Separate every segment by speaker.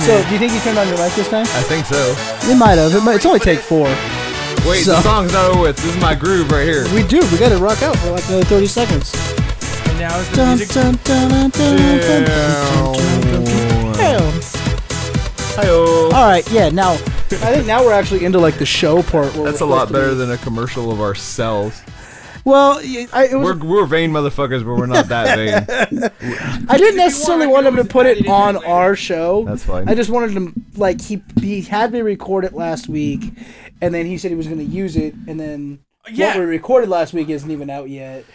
Speaker 1: So, do you think you turned on your mic this time?
Speaker 2: I think so.
Speaker 1: It might have. It might, it's only take four.
Speaker 2: Wait,
Speaker 1: So-
Speaker 2: the song's not over with. This is my groove right here.
Speaker 1: We do. We got to rock out for like another 30 seconds.
Speaker 3: And now is the
Speaker 1: Dun,
Speaker 3: music.
Speaker 1: dun, dun, dun, dun, dun, dun, dun, dun, dun.
Speaker 2: Hi-yo.
Speaker 1: All right. Yeah. Now, I think now we're actually into like the show part. Where
Speaker 2: That's a
Speaker 1: we're supposed
Speaker 2: lot
Speaker 1: to
Speaker 2: better
Speaker 1: be-
Speaker 2: than a commercial of ourselves.
Speaker 1: Well, y- I, it was,
Speaker 2: We're, we're vain motherfuckers, but we're not that vain.
Speaker 1: I didn't necessarily
Speaker 3: wanna
Speaker 1: want him
Speaker 3: go
Speaker 1: to
Speaker 3: with
Speaker 1: put
Speaker 3: that,
Speaker 1: it
Speaker 3: you
Speaker 1: on
Speaker 3: can do it
Speaker 1: our show.
Speaker 2: That's fine.
Speaker 1: I just wanted him like he he had me record it last week, and then he said he was going to use it, and then
Speaker 3: Yeah.
Speaker 1: what we recorded last week isn't even out yet.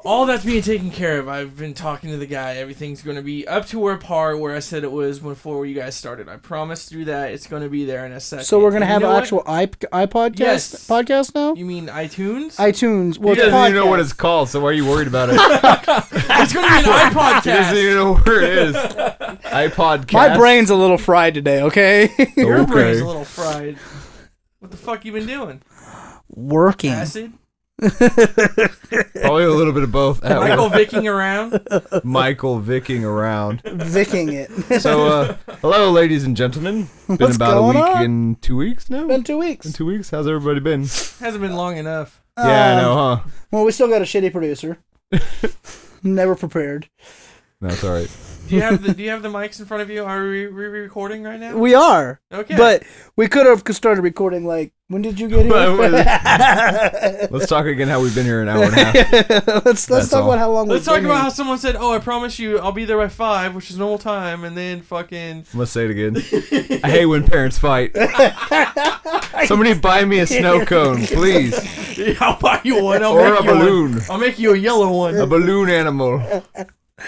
Speaker 3: All that's being taken care of. I've been talking to the guy. Everything's going to be up to where par where I said it was before you guys started. I promised you that it's going to be there in a second.
Speaker 1: So we're going to
Speaker 3: And you
Speaker 1: have
Speaker 3: know what?
Speaker 1: actual iP- iPodcast
Speaker 3: Yes.
Speaker 1: podcast now.
Speaker 3: You mean iTunes?
Speaker 1: iTunes. Well,
Speaker 2: He
Speaker 1: it's
Speaker 2: doesn't even know
Speaker 1: podcast.
Speaker 2: what it's called, so why are you worried about it?
Speaker 3: it's going to be an
Speaker 2: He doesn't
Speaker 3: iPodcast.
Speaker 2: even know where it is. iPodcast.
Speaker 1: My brain's a little fried today. Okay,
Speaker 3: Your brain's
Speaker 2: Okay.
Speaker 3: a little fried. What the fuck you been doing?
Speaker 1: working.
Speaker 3: Acid?
Speaker 2: Probably a little bit of both. At
Speaker 3: Michael
Speaker 2: Michael,
Speaker 3: Vicking around?
Speaker 2: Michael Vicking around.
Speaker 1: Vicking it.
Speaker 2: So, uh, hello, ladies and gentlemen. Been
Speaker 1: What's
Speaker 2: about
Speaker 1: going
Speaker 2: a week
Speaker 1: on?
Speaker 2: in two weeks now.
Speaker 1: Been
Speaker 2: In
Speaker 1: two weeks.
Speaker 2: two weeks. How's everybody been?
Speaker 3: Hasn't been long enough.
Speaker 2: yeah, I
Speaker 1: Um,
Speaker 2: know, huh?
Speaker 1: Well, we still got a shitty producer. Never prepared.
Speaker 2: No, it's all right.
Speaker 3: Do you have the Do you have the mics in front of you? Are we re- recording right now?
Speaker 1: We are,
Speaker 3: Okay.
Speaker 1: but we could have started recording. Like, when did you get here?
Speaker 2: Let's talk again how we've been here an hour and a half.
Speaker 1: let's let's
Speaker 2: That's
Speaker 1: talk
Speaker 2: all.
Speaker 1: about how long.
Speaker 3: Let's
Speaker 1: we've
Speaker 3: talk
Speaker 1: been
Speaker 3: about
Speaker 1: here.
Speaker 3: how someone said, "Oh, I promise you, I'll be there by five, which is normal time," and then fucking
Speaker 2: Let's say it again. I hate when parents fight. Somebody buy me a snow cone, please.
Speaker 3: I'll buy you one. I'll
Speaker 2: Or
Speaker 3: make
Speaker 2: a
Speaker 3: you
Speaker 2: balloon.
Speaker 3: One. I'll make you a yellow one.
Speaker 2: A balloon animal.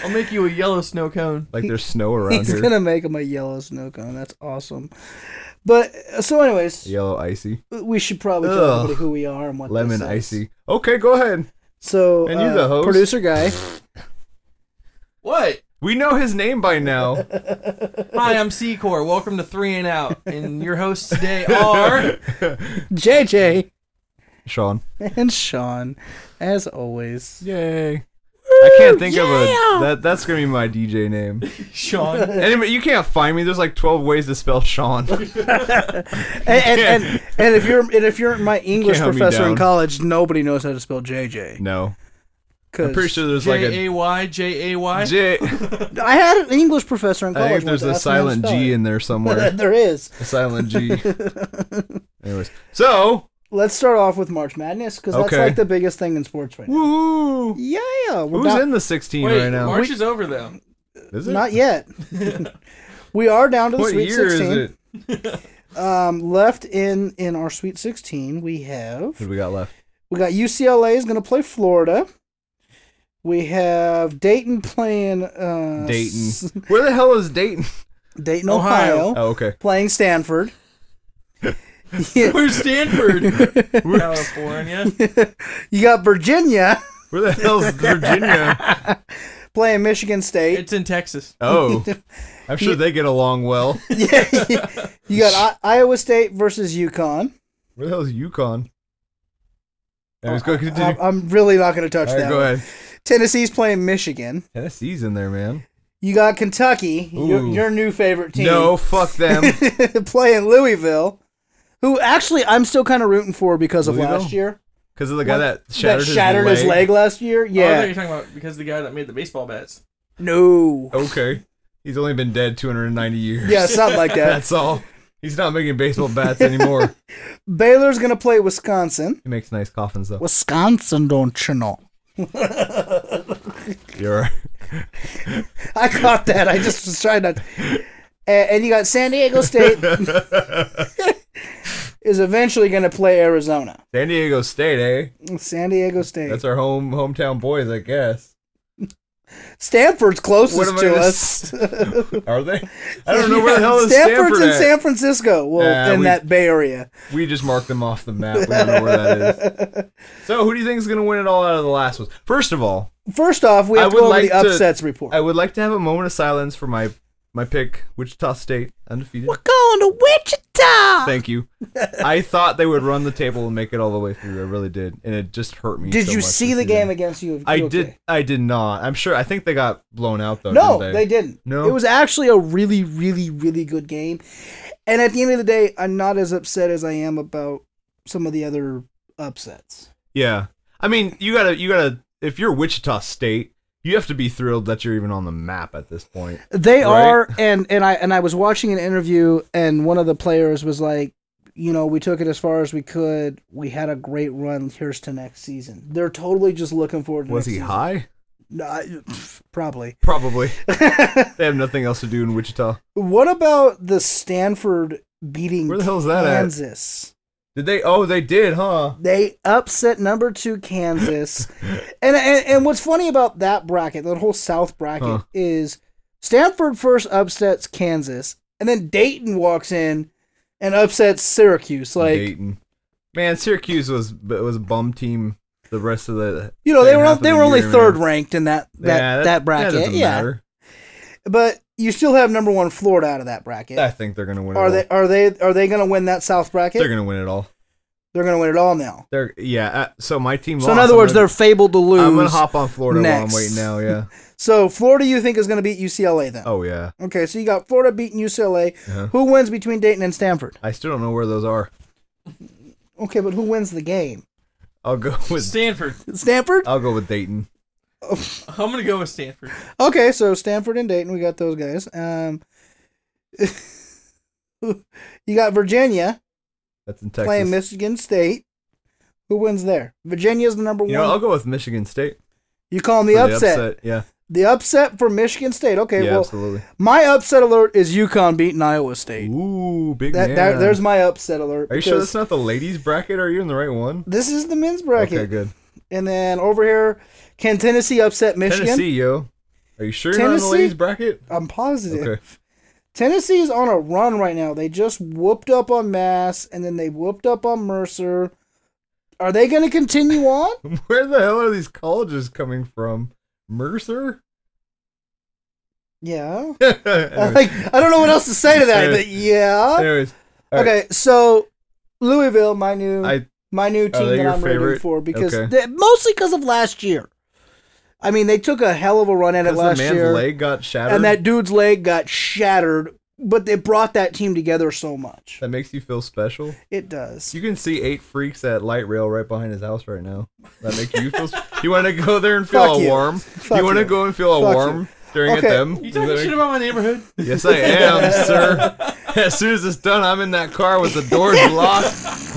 Speaker 3: I'll make you a yellow snow cone.
Speaker 2: Like there's snow around
Speaker 1: He's
Speaker 2: here.
Speaker 1: gonna make him a yellow snow cone. That's awesome. But uh, so, anyways,
Speaker 2: Yellow icy.
Speaker 1: we should probably tell
Speaker 2: Ugh.
Speaker 1: everybody who we are and what.
Speaker 2: Lemon
Speaker 1: this is.
Speaker 2: icy. Okay, go ahead.
Speaker 1: So,
Speaker 2: And you're
Speaker 1: uh,
Speaker 2: the host?
Speaker 1: producer guy.
Speaker 3: What?
Speaker 2: We know his name by now.
Speaker 3: Hi, I'm Secor. Welcome to Three and Out, and your hosts today are
Speaker 1: JJ
Speaker 2: Sean.
Speaker 1: and Sean, as always.
Speaker 2: Yay. I can't think of a that that's gonna be my DJ name.
Speaker 3: Sean.
Speaker 2: Anyway, you can't find me. There's like twelve ways to spell Sean.
Speaker 1: And, and, and, and if you're and if you're my English
Speaker 2: Can't help me
Speaker 1: professor in
Speaker 2: down.
Speaker 1: college, nobody knows how to spell JJ.
Speaker 2: No.
Speaker 1: Cause
Speaker 2: I'm pretty sure there's like
Speaker 3: J
Speaker 2: a
Speaker 3: a y j a y.
Speaker 2: J
Speaker 1: I had an English professor in
Speaker 2: I
Speaker 1: college.
Speaker 2: think there's a
Speaker 1: once that asked me how to
Speaker 2: silent
Speaker 1: spell
Speaker 2: G
Speaker 1: it.
Speaker 2: in there somewhere.
Speaker 1: there is.
Speaker 2: A silent G. Anyways. So
Speaker 1: Let's start off with March Madness because that's
Speaker 2: Okay.
Speaker 1: like the biggest thing in sports right now.
Speaker 2: Woo!
Speaker 1: Yeah, we're
Speaker 2: Who's
Speaker 1: not,
Speaker 2: in the 16
Speaker 3: Wait,
Speaker 2: right now?
Speaker 3: March is over though.
Speaker 2: is it?
Speaker 1: not yet. we are down to the
Speaker 2: what
Speaker 1: Sweet
Speaker 2: year
Speaker 1: Sixteen.
Speaker 2: is it?
Speaker 1: Um, left in in our Sweet Sixteen, we have
Speaker 2: What do we got left?
Speaker 1: We got UCLA is going to play Florida. We have Dayton playing uh, s-
Speaker 2: Dayton. Where the hell is Dayton?
Speaker 1: Dayton, Ohio,
Speaker 3: Ohio.
Speaker 2: Oh, okay.
Speaker 1: playing Stanford. Yeah,
Speaker 3: Where's Stanford? California.
Speaker 1: you got Virginia
Speaker 2: Where the hell's Virginia?
Speaker 1: playing Michigan State.
Speaker 3: It's in Texas.
Speaker 2: Oh, I'm sure they get along well.
Speaker 1: You got I- Iowa State versus UConn.
Speaker 2: Where the hell's Yukon? Anyways, go continue.
Speaker 1: I'm, I'm really not going to touch
Speaker 2: All right,
Speaker 1: Oh, that.
Speaker 2: go
Speaker 1: one.
Speaker 2: ahead.
Speaker 1: Tennessee's playing Michigan.
Speaker 2: Tennessee's in there, man.
Speaker 1: You got Kentucky, your,
Speaker 2: Ooh.
Speaker 1: your new favorite team.
Speaker 2: No, fuck them.
Speaker 1: playing Louisville, who actually I'm still kind of rooting for because of last
Speaker 2: Louisville?
Speaker 1: year.
Speaker 2: Because of the guy that
Speaker 1: that
Speaker 2: shattered,
Speaker 1: shattered
Speaker 2: his, leg.
Speaker 1: last year.
Speaker 3: Oh, I thought you
Speaker 1: Yeah.
Speaker 3: were talking about because the guy that made the baseball bats.
Speaker 1: no.
Speaker 2: Okay. He's only been dead 290 years.
Speaker 1: Yeah, something like that.
Speaker 2: That's all. He's not making baseball bats anymore.
Speaker 1: Baylor's gonna play Wisconsin.
Speaker 2: he makes nice coffins, though.
Speaker 1: Wisconsin, don't you know?
Speaker 2: You're right.
Speaker 1: I caught that. I just was trying not. And, and you got San Diego State is eventually gonna play Arizona.
Speaker 2: San Diego State, eh?
Speaker 1: San Diego State.
Speaker 2: That's our home hometown boys, I guess.
Speaker 1: Stanford's
Speaker 2: What
Speaker 1: closest
Speaker 2: am I
Speaker 1: to
Speaker 2: gonna
Speaker 1: us.
Speaker 2: Are they? I don't know where the hell is
Speaker 1: Stanford's
Speaker 2: Stanford
Speaker 1: in
Speaker 2: at.
Speaker 1: San Francisco. Well,
Speaker 2: Yeah,
Speaker 1: in
Speaker 2: we-
Speaker 1: that Bay Area.
Speaker 2: We just marked them off the map. We don't know where that is. So, who do you think is going to win it all out of the last ones? First of all,
Speaker 1: First off, we
Speaker 2: I
Speaker 1: have to
Speaker 2: would
Speaker 1: go over
Speaker 2: like
Speaker 1: the
Speaker 2: to-
Speaker 1: upsets report.
Speaker 2: I would like to have a moment of silence for my My pick, Wichita State, undefeated.
Speaker 1: going to Wichita.
Speaker 2: Thank you. I thought they would run the table and make it all the way through. I really did, and it just hurt me.
Speaker 1: Did
Speaker 2: so
Speaker 1: you
Speaker 2: much
Speaker 1: see
Speaker 2: to
Speaker 1: the game
Speaker 2: them.
Speaker 1: against you?
Speaker 2: I
Speaker 1: UK?
Speaker 2: did. I did not. I'm sure. I think they got blown out though.
Speaker 1: No,
Speaker 2: didn't
Speaker 1: they didn't.
Speaker 2: No?
Speaker 1: It was actually a really, really, really good game. And at the end of the day, I'm not as upset as I am about some of the other upsets.
Speaker 2: Yeah. I mean, you gotta, you gotta. If you're Wichita State, you have to be thrilled that you're even on the map at this point.
Speaker 1: They
Speaker 2: Right.
Speaker 1: are and and I and I was watching an interview and one of the players was like, you know, we took it as far as we could. We had a great run. Here's to next season. They're totally just looking forward to
Speaker 2: Was
Speaker 1: next
Speaker 2: he
Speaker 1: season.
Speaker 2: high?
Speaker 1: No, I- pff, probably.
Speaker 2: Probably. they have nothing else to do in Wichita.
Speaker 1: what about the Stanford beating
Speaker 2: Where the hell is that at?
Speaker 1: Kansas?
Speaker 2: Did they? Oh, they did, huh?
Speaker 1: They upset number two Kansas, and, and and what's funny about that bracket, that whole South bracket,
Speaker 2: Huh.
Speaker 1: is Stanford first upsets Kansas, and then Dayton walks in and upsets Syracuse. Like
Speaker 2: Dayton. Man, Syracuse was was a bum team. The rest of the
Speaker 1: you know, they
Speaker 2: second
Speaker 1: were
Speaker 2: half of
Speaker 1: they
Speaker 2: the
Speaker 1: were only
Speaker 2: year,
Speaker 1: third
Speaker 2: man.
Speaker 1: ranked in that that
Speaker 2: Yeah,
Speaker 1: that, bracket.
Speaker 2: doesn't
Speaker 1: yeah,
Speaker 2: matter.
Speaker 1: but you still have number one Florida out of that bracket.
Speaker 2: I think they're gonna win.
Speaker 1: are
Speaker 2: it
Speaker 1: they
Speaker 2: All.
Speaker 1: are they are they going to win that South bracket?
Speaker 2: They're gonna win it all.
Speaker 1: They're going to win it all now.
Speaker 2: They're yeah. Uh, so my team.
Speaker 1: So
Speaker 2: lost.
Speaker 1: in other
Speaker 2: I'm
Speaker 1: words,
Speaker 2: gonna-
Speaker 1: they're fabled to lose.
Speaker 2: I'm gonna hop on Florida while I'm
Speaker 1: next.
Speaker 2: waiting now. Yeah.
Speaker 1: So Florida, you think is going to beat UCLA then?
Speaker 2: Oh yeah.
Speaker 1: Okay, so you got Florida beating UCLA.
Speaker 2: Uh-huh.
Speaker 1: Who wins between Dayton and Stanford?
Speaker 2: I still don't know where those are.
Speaker 1: Okay, but who wins the game?
Speaker 2: I'll go with
Speaker 3: Stanford.
Speaker 1: Stanford?
Speaker 2: I'll go with Dayton.
Speaker 3: I'm gonna go with Stanford.
Speaker 1: Okay, so Stanford and Dayton, we got those guys. Um You got Virginia
Speaker 2: That's in Texas.
Speaker 1: playing Michigan State. Who wins there? Virginia's the number
Speaker 2: you know,
Speaker 1: one.
Speaker 2: what? I'll go with Michigan State.
Speaker 1: you call them the
Speaker 2: for
Speaker 1: upset.
Speaker 2: The upset. Yeah.
Speaker 1: The upset for Michigan State. Okay,
Speaker 2: yeah.
Speaker 1: well,
Speaker 2: absolutely.
Speaker 1: my upset alert is UConn beating Iowa State.
Speaker 2: Ooh, big
Speaker 1: That,
Speaker 2: man.
Speaker 1: that- there's my upset alert.
Speaker 2: Are you sure
Speaker 1: because
Speaker 2: that's not the ladies bracket? Are you in the right one?
Speaker 1: This is the men's bracket.
Speaker 2: Okay, good.
Speaker 1: And then over here, can Tennessee upset Michigan?
Speaker 2: Tennessee, yo. Are you sure you're not in the
Speaker 1: Tennessee?
Speaker 2: ladies bracket?
Speaker 1: I'm positive.
Speaker 2: Okay.
Speaker 1: Tennessee is on a run right now. They just whooped up on Mass, and then they whooped up on Mercer. Are they going to continue on?
Speaker 2: Where the hell are these colleges coming from? Mercer?
Speaker 1: Yeah.
Speaker 2: anyways,
Speaker 1: Like I don't know what else to say to that,
Speaker 2: Anyways.
Speaker 1: but yeah.
Speaker 2: anyways, all right.
Speaker 1: Okay, so Louisville, my new
Speaker 2: I
Speaker 1: my new team
Speaker 2: they
Speaker 1: that
Speaker 2: your
Speaker 1: I'm rooting
Speaker 2: favorite?
Speaker 1: for because
Speaker 2: Okay.
Speaker 1: they- mostly because of last year. I mean, they took a hell of a run at it
Speaker 2: because the
Speaker 1: last
Speaker 2: man's
Speaker 1: year,
Speaker 2: leg got shattered.
Speaker 1: and that dude's leg got shattered. But they brought that team together so much.
Speaker 2: that makes you feel special.
Speaker 1: It does.
Speaker 2: You can see eight freaks at light rail right behind his house right now. That make you feel. you want to go there and feel
Speaker 1: Fuck
Speaker 2: all
Speaker 1: you.
Speaker 2: warm.
Speaker 1: Fuck
Speaker 2: you want to
Speaker 1: you.
Speaker 2: go and feel all
Speaker 1: Fuck
Speaker 2: warm staring
Speaker 1: Okay.
Speaker 2: at them.
Speaker 3: You
Speaker 2: Is
Speaker 3: talking
Speaker 2: that-
Speaker 3: shit about my neighborhood?
Speaker 2: yes, I am, sir. As soon as it's done, I'm in that car with the doors locked.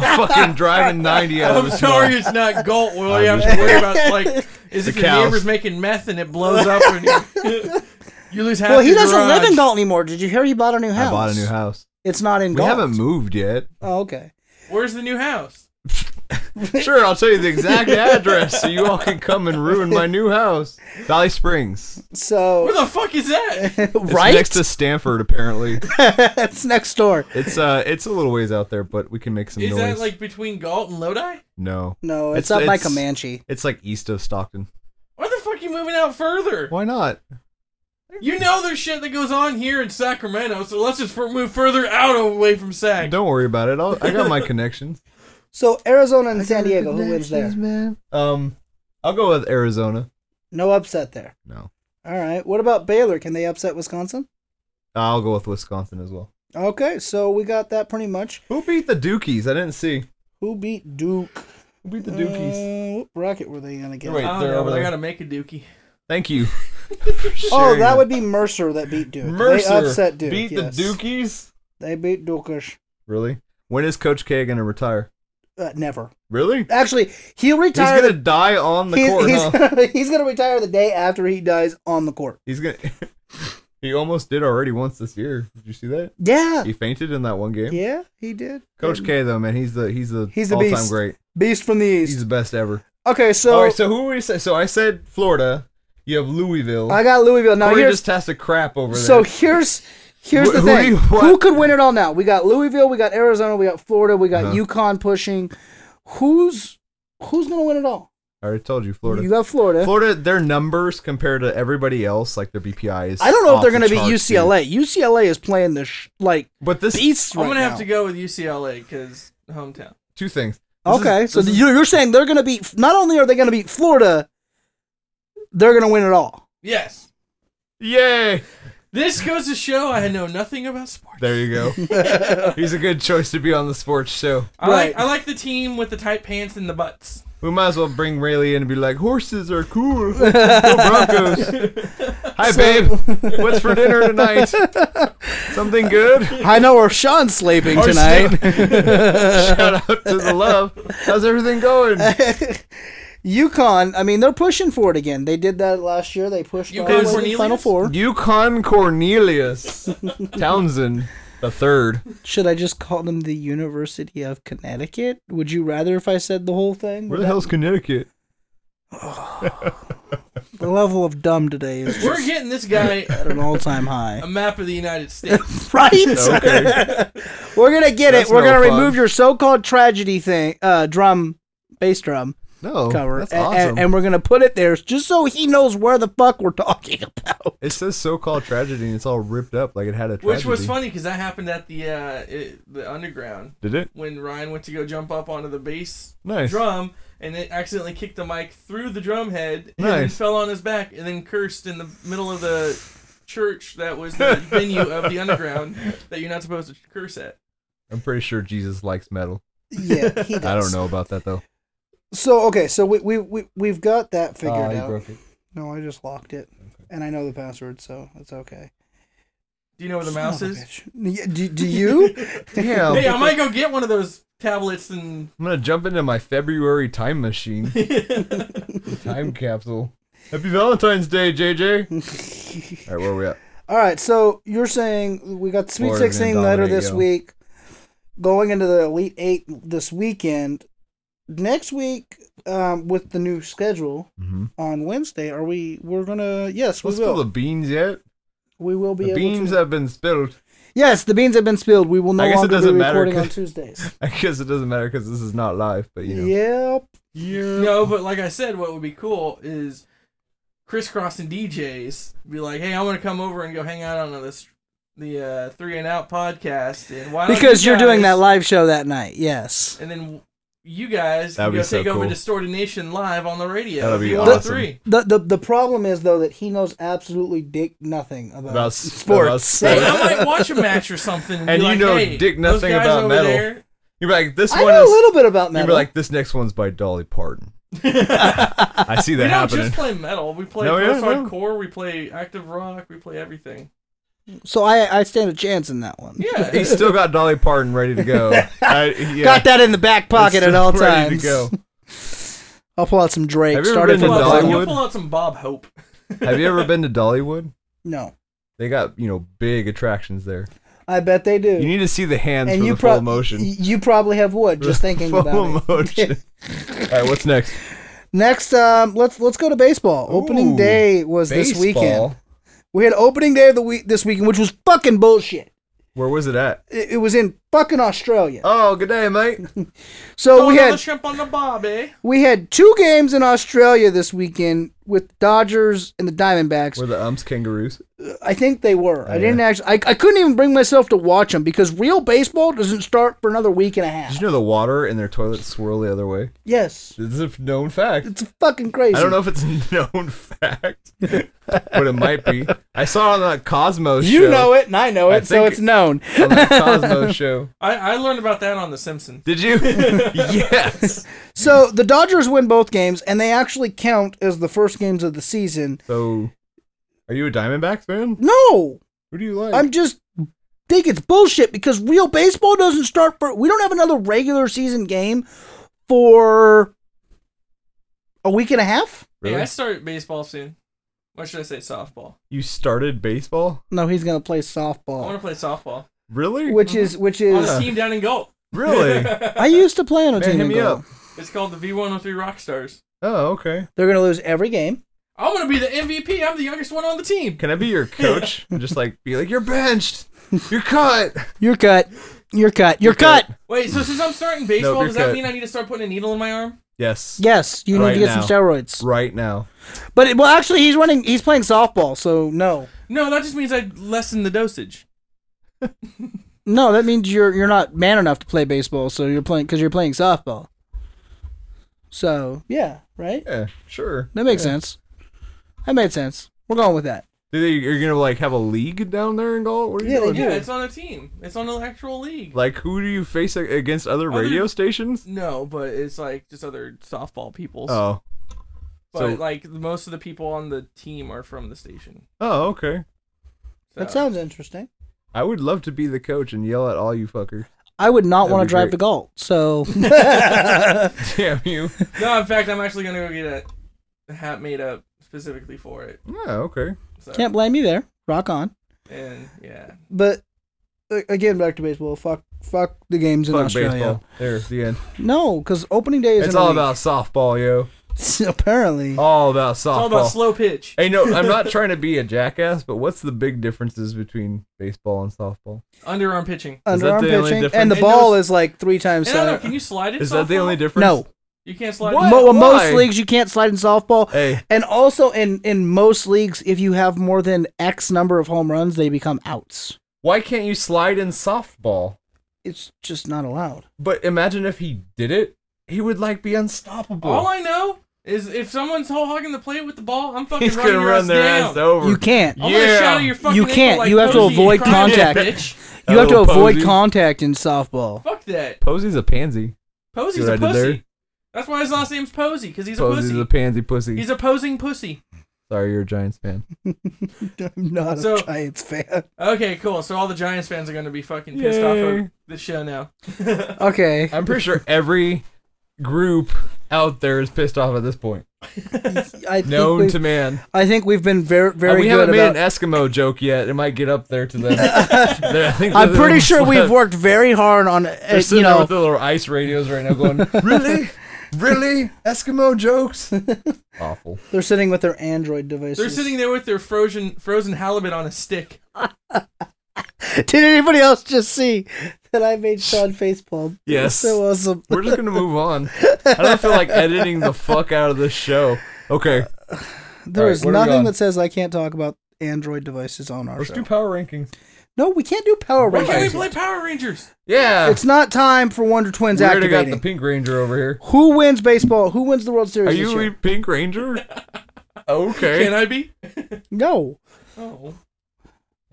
Speaker 2: I'm fucking driving 90 out of
Speaker 3: I'm
Speaker 2: this
Speaker 3: sorry,
Speaker 2: mall.
Speaker 3: it's not Galt. Well, you
Speaker 2: I'm
Speaker 3: have to worry about like is if
Speaker 2: The
Speaker 3: your
Speaker 2: cows.
Speaker 3: neighbor's making meth and it blows up and you, you lose half.
Speaker 1: Well, he
Speaker 3: your
Speaker 1: doesn't live in
Speaker 3: garage.
Speaker 1: Galt anymore. Did you hear he bought a new house?
Speaker 2: I bought a new house.
Speaker 1: It's not in
Speaker 2: We
Speaker 1: Galt.
Speaker 2: haven't moved yet.
Speaker 1: Oh, okay.
Speaker 3: Where's the new house?
Speaker 2: Sure, I'll tell you the exact address so you all can come and ruin my new house. Valley Springs.
Speaker 1: So
Speaker 3: Where the fuck is that?
Speaker 2: It's
Speaker 1: right,
Speaker 2: next to Stanford, apparently.
Speaker 1: that's next door.
Speaker 2: It's uh, it's a little ways out there, but we can make some
Speaker 3: Is
Speaker 2: noise.
Speaker 3: that like between Galt and Lodi?
Speaker 2: no,
Speaker 1: No, it's,
Speaker 2: It's-
Speaker 1: up by
Speaker 2: it's-
Speaker 1: Comanche.
Speaker 2: it's like east of Stockton.
Speaker 3: Why the fuck are you moving out further?
Speaker 2: Why not?
Speaker 3: You know there's shit that goes on here in Sacramento, so let's just fur- move further out away from Sac.
Speaker 2: Don't worry about it. I'll, I got my connections.
Speaker 1: So Arizona and San Diego, who wins there?
Speaker 2: man. Um, I'll go with Arizona.
Speaker 1: No upset there.
Speaker 2: No,
Speaker 1: All right. What about Baylor? Can they upset Wisconsin?
Speaker 2: I'll go with Wisconsin as well.
Speaker 1: Okay, so we got that pretty much.
Speaker 2: Who beat the Dukies? I didn't see.
Speaker 1: Who beat Duke?
Speaker 2: Who beat the Dukies?
Speaker 1: Uh, what bracket were they gonna get?
Speaker 2: Wait,
Speaker 3: I don't
Speaker 2: they're
Speaker 3: know,
Speaker 2: over
Speaker 3: but I
Speaker 2: there.
Speaker 3: gotta make a dookie.
Speaker 2: Thank you.
Speaker 1: Oh, that would be Mercer that beat Duke.
Speaker 2: Mercer
Speaker 1: they upset Duke.
Speaker 2: beat
Speaker 1: yes.
Speaker 2: the Dukies.
Speaker 1: They beat Dukish.
Speaker 2: Really? When is Coach K gonna retire?
Speaker 1: Uh, never.
Speaker 2: Really?
Speaker 1: Actually, he'll
Speaker 2: He's
Speaker 1: retire.
Speaker 2: gonna die on the
Speaker 1: he's,
Speaker 2: court.
Speaker 1: he's,
Speaker 2: huh?
Speaker 1: he's gonna retire the day after he dies on the court.
Speaker 2: He's gonna. he almost did already once this year. Did you see that?
Speaker 1: Yeah,
Speaker 2: He fainted in that one game.
Speaker 1: yeah, he did.
Speaker 2: Coach K though, man, he's the he's the
Speaker 1: He's the
Speaker 2: all-time
Speaker 1: beast.
Speaker 2: great.
Speaker 1: Beast from the
Speaker 2: He's
Speaker 1: East.
Speaker 2: the best ever.
Speaker 1: Okay, so,
Speaker 2: all right, so who we say? So I said Florida. You have Louisville.
Speaker 1: I got Louisville now.
Speaker 2: Corey
Speaker 1: Here's
Speaker 2: just has to crap over there.
Speaker 1: so here's here's
Speaker 2: Wh-
Speaker 1: the
Speaker 2: who do
Speaker 1: thing.
Speaker 2: you- what?
Speaker 1: who could win it all now? We got Louisville, we got Arizona, we got Florida, we got
Speaker 2: Uh-huh.
Speaker 1: Yukon UConn pushing. Who's who's gonna win it all?
Speaker 2: I already told you, Florida.
Speaker 1: You got Florida.
Speaker 2: Florida, their numbers compared to everybody else, like their BPI is.
Speaker 1: I don't know if
Speaker 2: off
Speaker 1: they're going
Speaker 2: the
Speaker 1: to be
Speaker 2: charts, dude.
Speaker 1: UCLA. UCLA is playing the sh- like
Speaker 2: But this
Speaker 1: beast right
Speaker 3: I'm gonna
Speaker 1: now.
Speaker 3: have to go with UCLA because hometown.
Speaker 2: two things. This is-
Speaker 1: Okay, so
Speaker 2: this is-
Speaker 1: you're, you're saying they're going to beat. Not only are they going to beat Florida, they're going to win it all.
Speaker 3: Yes.
Speaker 2: yay!
Speaker 3: This goes to show I know nothing about sports.
Speaker 2: There you go. He's a good choice to be on the sports show.
Speaker 3: I
Speaker 1: Right.
Speaker 3: like I like the team with the tight pants and the butts.
Speaker 2: We might as well bring Rayleigh in and be like, horses are cool. Go Broncos. Hi, babe. What's for dinner tonight? Something good?
Speaker 1: I know where Sean's sleeping
Speaker 2: Or
Speaker 1: tonight.
Speaker 2: Shout out to the love. How's everything going?
Speaker 1: UConn, I mean, they're pushing for it again. They did that last year. They pushed all
Speaker 3: UConn
Speaker 1: the way to the
Speaker 3: Cornelius?
Speaker 1: Final Four.
Speaker 2: Yukon Cornelius Townsend the third.
Speaker 1: Should I just call them the University of Connecticut? Would you rather if I said the whole thing?
Speaker 2: Where the hell's Connecticut?
Speaker 1: The level of dumb today is just
Speaker 3: We're getting this guy
Speaker 1: at an all-time high.
Speaker 3: a map of the United States.
Speaker 1: Right?
Speaker 2: Oh, Okay.
Speaker 1: We're gonna get
Speaker 2: That's
Speaker 1: it. We're
Speaker 2: no
Speaker 1: gonna
Speaker 2: fun.
Speaker 1: remove your so-called tragedy thing, uh, drum, bass drum
Speaker 2: No.
Speaker 1: cover,
Speaker 2: Oh, That's
Speaker 1: a- a-
Speaker 2: awesome.
Speaker 1: and, we're gonna put it there just so he knows where the fuck we're talking about.
Speaker 2: it says so called tragedy and it's all ripped up like it had a tragedy.
Speaker 3: Which was funny because that happened at the uh, it, the underground
Speaker 2: Did it?
Speaker 3: when Ryan went to go jump up onto the bass
Speaker 2: Nice.
Speaker 3: drum and it accidentally kicked the mic through the drum head and
Speaker 2: Nice.
Speaker 3: fell on his back and then cursed in the middle of the church that was the venue of the underground that you're not supposed to curse at.
Speaker 2: I'm pretty sure Jesus likes metal.
Speaker 1: Yeah, he does.
Speaker 2: I don't know about that though.
Speaker 1: So okay, so we we we we have got that figured
Speaker 2: Ah, he
Speaker 1: out.
Speaker 2: broke it.
Speaker 1: No, I just locked it, and I know the password, so it's okay.
Speaker 3: Do you know where the
Speaker 1: Son of
Speaker 3: mouse
Speaker 1: a
Speaker 3: is?
Speaker 1: bitch. Yeah, do, do you?
Speaker 2: Damn.
Speaker 3: Hey, I might go get one of those tablets and
Speaker 2: I'm gonna jump into my February time machine. time capsule. Happy Valentine's Day, JJ. Alright, where are we at?
Speaker 1: All right, so you're saying we got the Sweet
Speaker 2: Florida's gonna
Speaker 1: 16 later
Speaker 2: dominate,
Speaker 1: this
Speaker 2: yo.
Speaker 1: week, going into the Elite Eight this weekend. Next week, um, with the new schedule
Speaker 2: Mm-hmm.
Speaker 1: on Wednesday, are we? We're gonna yes, we
Speaker 2: Let's spill
Speaker 1: will.
Speaker 2: the beans yet.
Speaker 1: we will be
Speaker 2: The
Speaker 1: able
Speaker 2: beans
Speaker 1: to.
Speaker 2: have been spilled.
Speaker 1: yes, the beans have been spilled. We will no
Speaker 2: I guess it
Speaker 1: longer be
Speaker 2: doesn't matter,
Speaker 1: recording on
Speaker 2: 'cause-
Speaker 1: Tuesdays.
Speaker 2: I guess it doesn't matter because this is not live, but you know.
Speaker 1: Yep.
Speaker 3: No, but like I said, what would be cool is crisscrossing DJs. Be like, hey, I'm gonna come over and go hang out on this the uh, three and out podcast, and why don't
Speaker 1: Because
Speaker 3: you
Speaker 1: you're doing that
Speaker 3: guys-
Speaker 1: live show that night. Yes.
Speaker 3: and then you guys
Speaker 2: That'd
Speaker 3: can
Speaker 2: be
Speaker 3: go
Speaker 2: so
Speaker 3: take over
Speaker 2: cool.
Speaker 3: Distorted Nation live on the radio.
Speaker 2: That'd be
Speaker 3: if you
Speaker 2: awesome.
Speaker 3: want three.
Speaker 1: The, the the problem is though that he knows absolutely dick nothing about,
Speaker 2: About s-
Speaker 1: sports.
Speaker 2: about
Speaker 3: Hey, I might watch a match or something. And,
Speaker 2: And
Speaker 3: be
Speaker 2: you
Speaker 3: like,
Speaker 2: know
Speaker 3: hey,
Speaker 2: dick
Speaker 3: those
Speaker 2: nothing
Speaker 3: guys
Speaker 2: about
Speaker 3: over
Speaker 2: metal.
Speaker 3: there-
Speaker 2: You're like, this
Speaker 1: I
Speaker 2: one
Speaker 1: know
Speaker 2: is.
Speaker 1: a little bit about metal.
Speaker 2: You're like, this next one's by Dolly Parton. I see
Speaker 3: We
Speaker 2: that
Speaker 3: don't
Speaker 2: happening.
Speaker 3: just play metal. We play
Speaker 2: No, yeah,
Speaker 3: post
Speaker 2: no.
Speaker 3: hardcore. We play active rock. We play everything.
Speaker 1: So I I stand a chance in that one.
Speaker 3: Yeah.
Speaker 2: He's still got Dolly Parton ready to go. I, yeah,
Speaker 1: Got that in the back pocket
Speaker 2: it's
Speaker 1: at all
Speaker 2: still ready
Speaker 1: times.
Speaker 2: to go.
Speaker 1: I'll pull out some Drake.
Speaker 2: Have you ever
Speaker 1: Started
Speaker 2: been
Speaker 1: from
Speaker 2: to
Speaker 1: the
Speaker 3: Pull out some-
Speaker 1: bottom.
Speaker 2: Dollywood?
Speaker 3: Pull out some Bob Hope.
Speaker 2: Have you ever been to Dollywood?
Speaker 1: No,
Speaker 2: They got you know big attractions there.
Speaker 1: I bet they do.
Speaker 2: You need to see the hands
Speaker 1: and
Speaker 2: for
Speaker 1: you
Speaker 2: the full
Speaker 1: probably
Speaker 2: motion.
Speaker 1: you probably have wood just thinking
Speaker 2: full
Speaker 1: about
Speaker 2: motion.
Speaker 1: it.
Speaker 2: All right, what's next?
Speaker 1: Next, um, let's let's go to baseball. opening
Speaker 2: Ooh,
Speaker 1: day was this weekend.
Speaker 2: Baseball.
Speaker 1: We had opening day of the week this weekend, which was fucking bullshit.
Speaker 2: Where was it at?
Speaker 1: It, it was in fucking Australia.
Speaker 2: Oh, good day, mate.
Speaker 1: So
Speaker 3: Throw
Speaker 1: Oh, we
Speaker 3: another
Speaker 1: had
Speaker 3: shrimp on the bob, eh?
Speaker 1: we had two games in Australia this weekend with Dodgers and the Diamondbacks.
Speaker 2: Were the umps kangaroos?
Speaker 1: I think they were. I
Speaker 2: Oh, yeah.
Speaker 1: didn't actually. I, I couldn't even bring myself to watch them because real baseball doesn't start for another week and a half.
Speaker 2: Did you know the water in their toilets swirl the other way?
Speaker 1: yes,
Speaker 2: This is a known fact.
Speaker 1: it's fucking crazy.
Speaker 2: I don't know if it's a known fact, but it might be. I saw it on that Cosmos show.
Speaker 1: You know it, and I know
Speaker 2: I
Speaker 1: it, so
Speaker 2: think-
Speaker 1: it's known.
Speaker 2: On that Cosmos show.
Speaker 3: I, I learned about that on The Simpsons.
Speaker 2: Did you? yes.
Speaker 1: So the Dodgers win both games, and they actually count as the first games of the season.
Speaker 2: So, are you a Diamondbacks fan?
Speaker 1: No,
Speaker 2: Who do you like?
Speaker 1: I'm just think it's bullshit because real baseball doesn't start for. We don't have another regular season game for a week and a half.
Speaker 2: really?
Speaker 3: Hey, I start baseball soon. What should I say? Softball.
Speaker 2: You started baseball?
Speaker 1: No, he's gonna play
Speaker 3: I want
Speaker 1: softball,
Speaker 3: to play softball
Speaker 2: Really?
Speaker 1: which is which is.
Speaker 3: on a team down in Galt.
Speaker 2: Really?
Speaker 1: I used to play on a
Speaker 2: Man,
Speaker 1: team.
Speaker 2: hit
Speaker 1: in
Speaker 2: me
Speaker 1: goal.
Speaker 2: up.
Speaker 3: It's called the V103 Rockstars.
Speaker 2: Oh, okay.
Speaker 1: They're gonna lose every game.
Speaker 3: I'm gonna be the MVP. I'm the youngest one on the team.
Speaker 2: Can I be your coach? And just like be like, you're benched. You're cut.
Speaker 1: You're cut. You're cut. You're,
Speaker 2: cut.
Speaker 1: cut.
Speaker 3: Wait, so since I'm starting baseball,
Speaker 2: you're
Speaker 3: does that
Speaker 2: cut.
Speaker 3: mean I need to start putting a needle in my arm?
Speaker 2: Yes.
Speaker 1: Yes, you need
Speaker 2: Right
Speaker 1: to get
Speaker 2: now.
Speaker 1: some steroids.
Speaker 2: Right now.
Speaker 1: But it, well, actually, he's running. He's playing softball, so no,
Speaker 3: No, that just means I lessen the dosage.
Speaker 1: no. That means you're you're not man enough to play baseball, so you're playing because you're playing softball. So yeah, right.
Speaker 2: Yeah, sure.
Speaker 1: That makes
Speaker 2: Yeah.
Speaker 1: sense. That made sense. We're going with that.
Speaker 2: Do they, you're gonna like have a league down there in Gaul? What are you
Speaker 1: Yeah, they
Speaker 2: doing?
Speaker 1: do.
Speaker 3: Oh, Yeah, it's on a team. It's on an actual league.
Speaker 2: Like, who do you face a- against other
Speaker 3: Other-
Speaker 2: radio stations?
Speaker 3: No, but it's like just other softball peoples.
Speaker 2: Oh,
Speaker 3: but
Speaker 2: so-
Speaker 3: like most of the people on the team are from the station.
Speaker 2: oh, okay.
Speaker 3: So.
Speaker 1: That sounds interesting.
Speaker 2: I would love to be the coach and yell at all you fuckers.
Speaker 1: I would not
Speaker 2: That'd
Speaker 1: want
Speaker 2: be
Speaker 1: to drive
Speaker 2: great.
Speaker 1: the Galt, so
Speaker 2: Damn you.
Speaker 3: No, in fact, I'm actually gonna go get a hat made up specifically for it.
Speaker 2: Yeah, okay.
Speaker 3: So,
Speaker 1: can't blame you there. Rock on.
Speaker 3: And yeah,
Speaker 1: But a- again, back to baseball. Fuck, fuck the games in
Speaker 2: Fuck
Speaker 1: Australia.
Speaker 2: baseball. There, the end.
Speaker 1: No, because opening day is
Speaker 2: It's
Speaker 1: in a
Speaker 2: all
Speaker 1: week.
Speaker 2: about softball, yo.
Speaker 1: apparently.
Speaker 2: All about
Speaker 3: it's all
Speaker 2: softball.
Speaker 3: about slow pitch.
Speaker 2: Hey, no, I'm not trying to be a jackass, but what's the big differences between baseball and softball?
Speaker 3: Underarm pitching.
Speaker 2: Oh, Is that
Speaker 1: underarm
Speaker 2: the only
Speaker 1: pitching,
Speaker 2: difference?
Speaker 1: and the
Speaker 3: And
Speaker 1: ball
Speaker 3: those-
Speaker 1: is like three times.
Speaker 3: And I don't know,
Speaker 1: size.
Speaker 3: can you slide it?
Speaker 2: Is that the only difference?
Speaker 1: No,
Speaker 3: You can't slide
Speaker 2: What?
Speaker 3: it.
Speaker 1: Mo- well, most
Speaker 2: Why?
Speaker 1: leagues you can't slide in softball,
Speaker 2: Hey,
Speaker 1: and also in in most leagues, if you have more than X number of home runs, they become outs.
Speaker 2: why can't you slide in softball?
Speaker 1: It's just not allowed.
Speaker 2: But imagine if he did it, he would like be unstoppable.
Speaker 3: All I know is if someone's whole hogging the plate with the ball, I'm fucking
Speaker 2: He's
Speaker 3: running
Speaker 2: gonna
Speaker 3: your
Speaker 2: run
Speaker 3: ass
Speaker 2: their
Speaker 3: down.
Speaker 2: ass over.
Speaker 1: You can't.
Speaker 3: I'm
Speaker 2: Yeah.
Speaker 3: gonna shout at your fucking
Speaker 1: You
Speaker 3: ankle
Speaker 1: can't.
Speaker 3: like
Speaker 1: You have to
Speaker 3: Posey,
Speaker 1: avoid
Speaker 3: crying
Speaker 1: contact.
Speaker 3: bitch.
Speaker 1: You have to
Speaker 2: Hello,
Speaker 1: avoid
Speaker 2: oh, Posey.
Speaker 1: contact in softball.
Speaker 3: Fuck that.
Speaker 2: Posey's a pansy.
Speaker 3: Posey's
Speaker 2: See what
Speaker 3: a
Speaker 2: I did
Speaker 3: pussy.
Speaker 2: there?
Speaker 3: That's why his last name's Posey, because he's a
Speaker 2: Posey's
Speaker 3: pussy.
Speaker 2: a pansy pussy.
Speaker 3: he's a posing pussy.
Speaker 2: Sorry, you're a Giants fan.
Speaker 1: I'm not
Speaker 3: So-
Speaker 1: a Giants fan.
Speaker 3: Okay, cool. So all the Giants fans are gonna be fucking pissed off
Speaker 2: Yay.
Speaker 3: of the show now.
Speaker 1: Okay.
Speaker 2: I'm pretty sure every group out there is pissed off at this point.
Speaker 1: I think
Speaker 2: Known
Speaker 1: we've,
Speaker 2: to man.
Speaker 1: I think we've been very
Speaker 2: Uh,
Speaker 1: very
Speaker 2: we
Speaker 1: good
Speaker 2: haven't made
Speaker 1: about.
Speaker 2: an Eskimo joke yet. It might get up there to them. They're- I think
Speaker 1: I'm
Speaker 2: they're the
Speaker 1: pretty
Speaker 2: ones
Speaker 1: sure we've
Speaker 2: left.
Speaker 1: worked very hard on uh,
Speaker 2: They're sitting
Speaker 1: you
Speaker 2: there
Speaker 1: know
Speaker 2: with the little ice radios right now, going, "Really, really, Eskimo jokes." Awful.
Speaker 1: they're sitting with their Android devices.
Speaker 3: They're sitting there with their frozen frozen halibut on a stick.
Speaker 1: Did anybody else just see that I made Sean facepalm?
Speaker 2: Yes.
Speaker 1: So awesome.
Speaker 2: We're just gonna move on. I don't feel like editing the fuck out of this show. Okay,
Speaker 1: There
Speaker 2: All right,
Speaker 1: is
Speaker 2: where are we
Speaker 1: nothing
Speaker 2: going?
Speaker 1: that says I can't talk about Android devices on our
Speaker 2: let's
Speaker 1: show.
Speaker 2: do power rankings.
Speaker 1: no, we can't do Power
Speaker 2: Why
Speaker 3: Why can't we
Speaker 1: Rangers.
Speaker 3: play Power Rangers?
Speaker 2: Yeah,
Speaker 1: It's not time for Wonder Twins
Speaker 2: we already got
Speaker 1: activating.
Speaker 2: the Pink Ranger over here.
Speaker 1: Who wins baseball? Who wins the World Series?
Speaker 2: Are
Speaker 1: this
Speaker 2: you
Speaker 1: year?
Speaker 2: a Pink Ranger? Okay.
Speaker 3: Can I be?
Speaker 1: no.
Speaker 3: Oh.